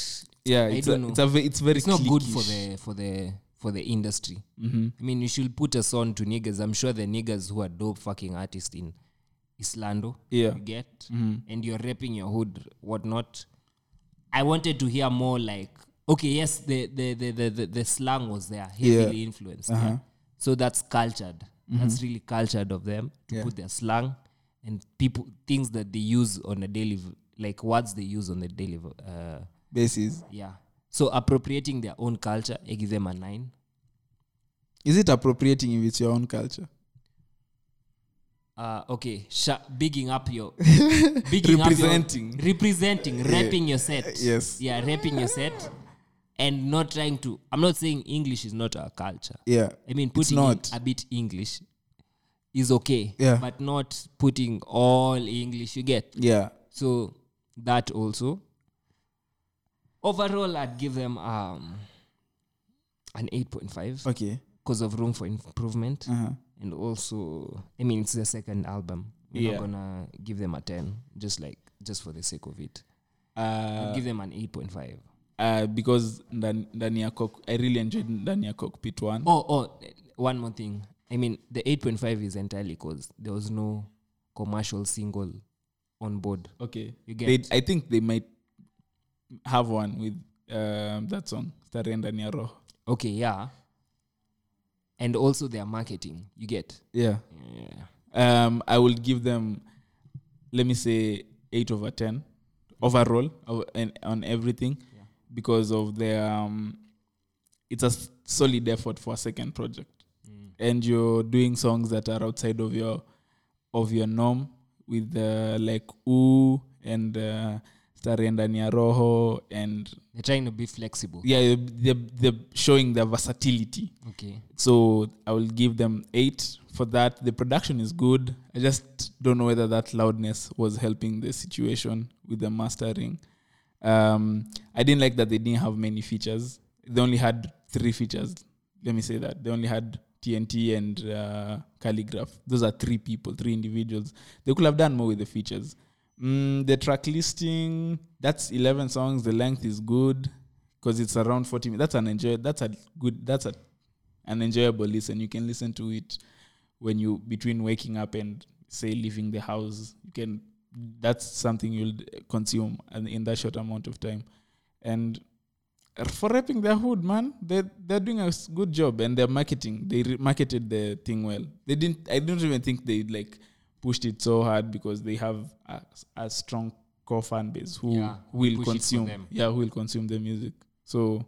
[SPEAKER 1] Yeah,
[SPEAKER 8] I
[SPEAKER 1] it's
[SPEAKER 8] don't
[SPEAKER 1] a,
[SPEAKER 8] know.
[SPEAKER 1] it's a ve- it's very
[SPEAKER 8] it's not good for
[SPEAKER 1] cliquish. Mm-hmm.
[SPEAKER 8] the for the for the industry i mean you should put us on to niggas i'm sure the niggas who are dope fucking artists in islando
[SPEAKER 1] Yeah. Mm-hmm.
[SPEAKER 8] you get and you're repping your hood whatnot i wanted to hear more like okay yes the the the the, the, the slang was there heavily
[SPEAKER 1] Uh-huh. Mm-hmm.
[SPEAKER 8] influenced yeah. so that's cultured that's really cultured of them to put their slang and people things that they use on a daily v- like words they use on a daily v- uh,
[SPEAKER 1] basis.
[SPEAKER 8] yeah so appropriating their own culture i give them a nine
[SPEAKER 1] Is it appropriating if it's your own culture?
[SPEAKER 8] uh, okay sha- bigging up your bigging
[SPEAKER 1] Representing.
[SPEAKER 8] up your, representing repping your set
[SPEAKER 1] Yes.
[SPEAKER 8] yeah repping your set and not trying to i'm not saying english is not our culture
[SPEAKER 1] Yeah.
[SPEAKER 8] i mean
[SPEAKER 1] It's
[SPEAKER 8] putting
[SPEAKER 1] not.
[SPEAKER 8] in a bit english is okay
[SPEAKER 1] Yeah.
[SPEAKER 8] but not putting all english you get
[SPEAKER 1] Yeah.
[SPEAKER 8] so that also overall i'd give them um an 8.5
[SPEAKER 1] Okay.
[SPEAKER 8] because of room for improvement
[SPEAKER 1] Uh-huh.
[SPEAKER 8] and also i mean it's their second album we're
[SPEAKER 1] Yeah.
[SPEAKER 8] not gonna give them a 10 just like just for the sake of it
[SPEAKER 1] Uh,
[SPEAKER 8] I'd give them an 8.5
[SPEAKER 1] uh, because ndani ndani ya cock, I really enjoyed ndani ya cockpit one.
[SPEAKER 8] oh oh eh, one more thing i mean the 8.5 is entirely because there was no commercial single on board
[SPEAKER 1] Okay.
[SPEAKER 8] You
[SPEAKER 1] They,
[SPEAKER 8] get-
[SPEAKER 1] I think they might have one with um, that song Starehe ndani ya roho.
[SPEAKER 8] okay yeah and also their marketing you get
[SPEAKER 1] Yeah.
[SPEAKER 8] yeah
[SPEAKER 1] Um, I will give them let me say 8 over 10 overall of, and, on everything because of their um, it's a s- solid effort for a second project. And you're doing songs that are outside of your of your norm with uh, like ooh and uh, Starehe ndani ya roho and
[SPEAKER 8] they're trying to be flexible
[SPEAKER 1] yeah they're, they're showing their versatility
[SPEAKER 8] okay
[SPEAKER 1] so i will give them eight for that the production is good i just don't know whether that loudness was helping the situation with the mastering um, i didn't like that they didn't have many features they only had three features let me say that they only had tnt and uh, calligraph those are three people three individuals they could have done more with the features mm, the track listing that's 11 songs the length is good because it's around 40 minutes that's an enjoy that's a good that's a an enjoyable listen. You can listen to it when you between waking up and say leaving the house. You can that's something you'll consume and in that short amount of time. And for repping their hood, man, they they're doing a s- good job and their marketing. They re- marketed the thing well. They didn't. I don't even think they like pushed it so hard because they have a, a strong core fan base who
[SPEAKER 8] Yeah,
[SPEAKER 1] will
[SPEAKER 8] push it for
[SPEAKER 1] consume.
[SPEAKER 8] them.
[SPEAKER 1] Yeah, who will consume the music. So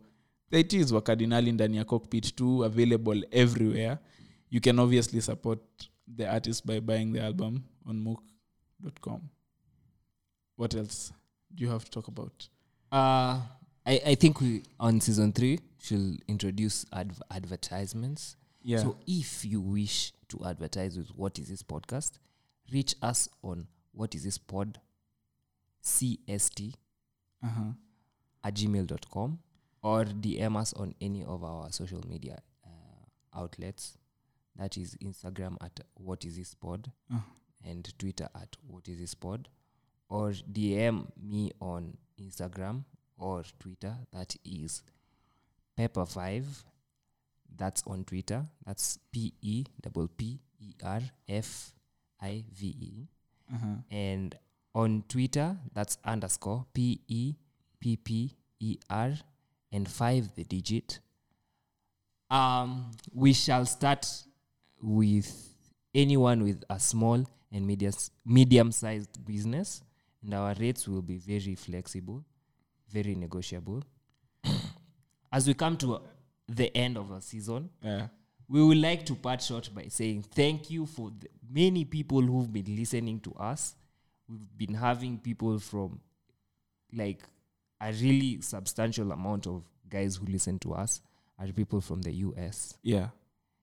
[SPEAKER 1] the it is wa cardinali ndani ya cockpit 2 available everywhere you can obviously support the artist by buying the album on mook.com what else do you have to talk about
[SPEAKER 8] Uh, I, I think we on season three she'll introduce adv- advertisements.
[SPEAKER 1] yeah
[SPEAKER 8] So if you wish to advertise with what is this podcast, reach us on what is this pod cst
[SPEAKER 1] uh-huh.
[SPEAKER 8] at gmail.com or DM us on any of our social media uh, outlets. That is Instagram at what is this pod
[SPEAKER 1] Uh.
[SPEAKER 8] and Twitter at what is this pod or DM me on Instagram or Twitter. That is Pepper5. That's on Twitter. That's P E double P E R F I V E
[SPEAKER 1] Uh-huh.
[SPEAKER 8] and on Twitter, that's underscore P E P P E R and five the digit. Um, we shall start with anyone with a small and medium medium sized business, and our rates will be very flexible, very negotiable. As we come to uh, the end of our season,
[SPEAKER 1] yeah
[SPEAKER 8] we would like to part short by saying thank you for the many people who've been listening to us. We've been having people from like a really substantial amount of guys who listen to us are people from the US
[SPEAKER 1] yeah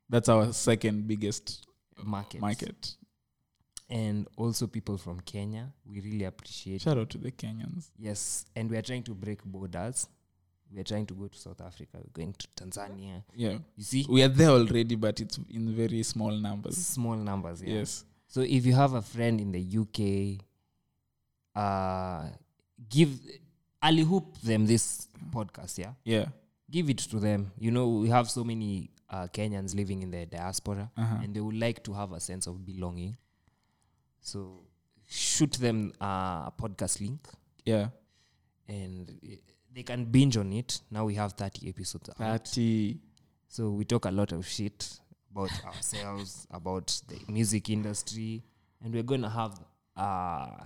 [SPEAKER 1] that's our second biggest
[SPEAKER 8] market.
[SPEAKER 1] market
[SPEAKER 8] And also people from Kenya. We really appreciate
[SPEAKER 1] shout out to the kenyans
[SPEAKER 8] Yes. And we are trying to break borders. We are trying to go to South Africa. We're going to Tanzania.
[SPEAKER 1] yeah
[SPEAKER 8] You see?
[SPEAKER 1] we are there already but it's in very small numbers
[SPEAKER 8] Small numbers, yeah.
[SPEAKER 1] yes
[SPEAKER 8] So if you have a friend in the UK, uh, give Ali hoop them this podcast. Yeah,
[SPEAKER 1] yeah
[SPEAKER 8] give it to them. You know we have so many uh, Kenyans living in the diaspora, and they would like to have a sense of belonging. So shoot them uh, a podcast link,
[SPEAKER 1] yeah
[SPEAKER 8] and eh, they can binge on it. Now we have thirty episodes. out.
[SPEAKER 1] 30
[SPEAKER 8] So we talk a lot of shit about ourselves, about the music industry, and we're gonna have uh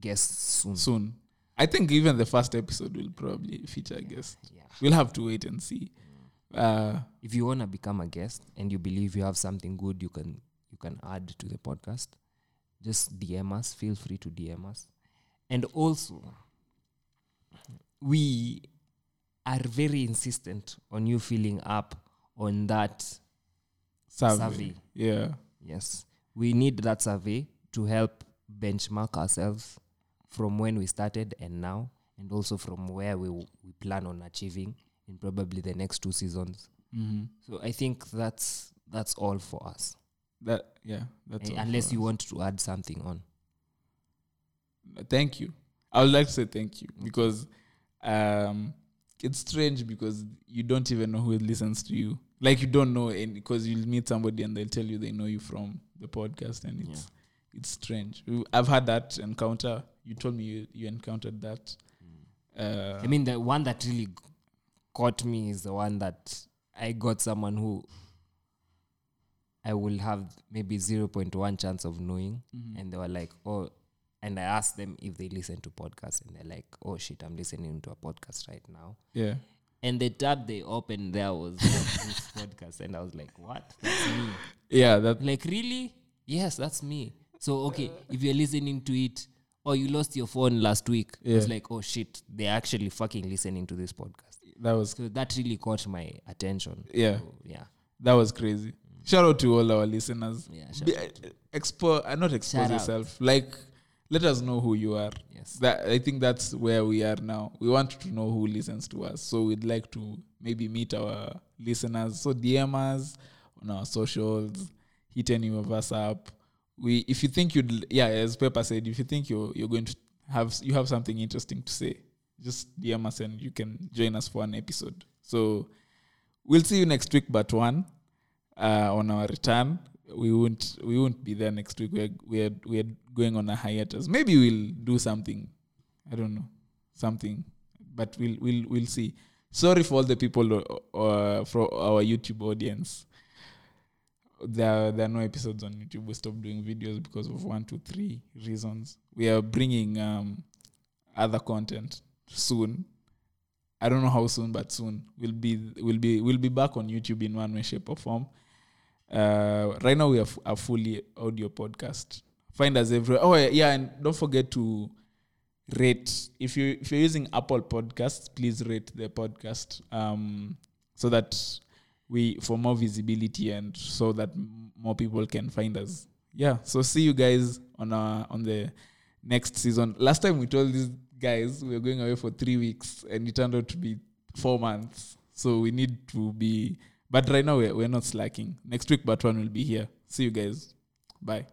[SPEAKER 8] guests soon.
[SPEAKER 1] soon. I think even the first episode will probably feature a guest.
[SPEAKER 8] yeah.
[SPEAKER 1] We'll have to wait and see. Uh,
[SPEAKER 8] If you wanna become a guest and you believe you have something good you can you can add to the podcast, just DM us. Feel free to DM us. And also, we are very insistent on you filling up on that
[SPEAKER 1] survey.
[SPEAKER 8] Survey.
[SPEAKER 1] Yeah.
[SPEAKER 8] Yes. We need that survey to help benchmark ourselves from when we started and now, and also from where we, we plan on achieving in probably the next two seasons.
[SPEAKER 1] Mm-hmm.
[SPEAKER 8] So I think that's that's all for us.
[SPEAKER 1] That yeah. That's
[SPEAKER 8] Eh,
[SPEAKER 1] all
[SPEAKER 8] Unless
[SPEAKER 1] for
[SPEAKER 8] you
[SPEAKER 1] us.
[SPEAKER 8] want to add something on.
[SPEAKER 1] Thank you. I would like to say thank you because um, it's strange because you don't even know who listens to you. Like you don't know, and because you'll meet somebody and they'll tell you they know you from the podcast, and it's it's strange. We- I've had that encounter. You told me you, you encountered that. Uh,
[SPEAKER 8] I mean, the one that really g- caught me is the one that I got someone who I will have maybe 0.1 chance of knowing.
[SPEAKER 1] mm-hmm.
[SPEAKER 8] And they were like, oh, and I asked them if they listen to podcasts. And they're like, oh shit, I'm listening to a podcast right now.
[SPEAKER 1] yeah,
[SPEAKER 8] And the tab they opened there was this podcast. And I was like, what? That's me.
[SPEAKER 1] yeah. That
[SPEAKER 8] Like, really? Yes, that's me. So, okay, if you're listening to it, or you lost your phone last week, it's
[SPEAKER 1] Yeah.
[SPEAKER 8] like, oh shit, they're actually fucking listening to this podcast.
[SPEAKER 1] that was
[SPEAKER 8] So that really caught my attention.
[SPEAKER 1] Yeah.
[SPEAKER 8] So, yeah.
[SPEAKER 1] that was crazy. Shout out to all our listeners.
[SPEAKER 8] Yeah, shout
[SPEAKER 1] Be- Expo, uh, not expose
[SPEAKER 8] Shout out.
[SPEAKER 1] yourself. Like, let us know who you are.
[SPEAKER 8] Yes.
[SPEAKER 1] That I think that's where we are now. We want to know who listens to us, so we'd like to maybe meet our listeners. So DM us on our socials. Hit any of us up. We, if you think you'd, l- yeah, as Pepper said, if you think you're you're going to have you have something interesting to say, just DM us and you can join us for an episode. So we'll see you next week, but one uh, on our return. We won't we won't be there next week. We're we're we're going on a hiatus. Maybe we'll do something. I don't know something, but we'll we'll we'll see. Sorry for all the people uh, uh, for our YouTube audience. There are, there are no episodes on YouTube. We stopped doing videos because of one, two, three reasons. We are bringing um, other content soon. I don't know how soon, but soon we'll be we'll be we'll be back on YouTube in one way, shape, or form. Uh, right now we are f- a fully audio podcast. Find us everywhere. Oh yeah, yeah, and don't forget to rate if you if you're using Apple Podcasts, please rate the podcast um, so that we for more visibility and so that m- more people can find us. Yeah. So see you guys on uh, on the next season. Last time we told these guys we were going away for three weeks, and it turned out to be four months. So we need to be. But right now we're, we're not slacking. Next week, Batwan will be here. See you guys. Bye.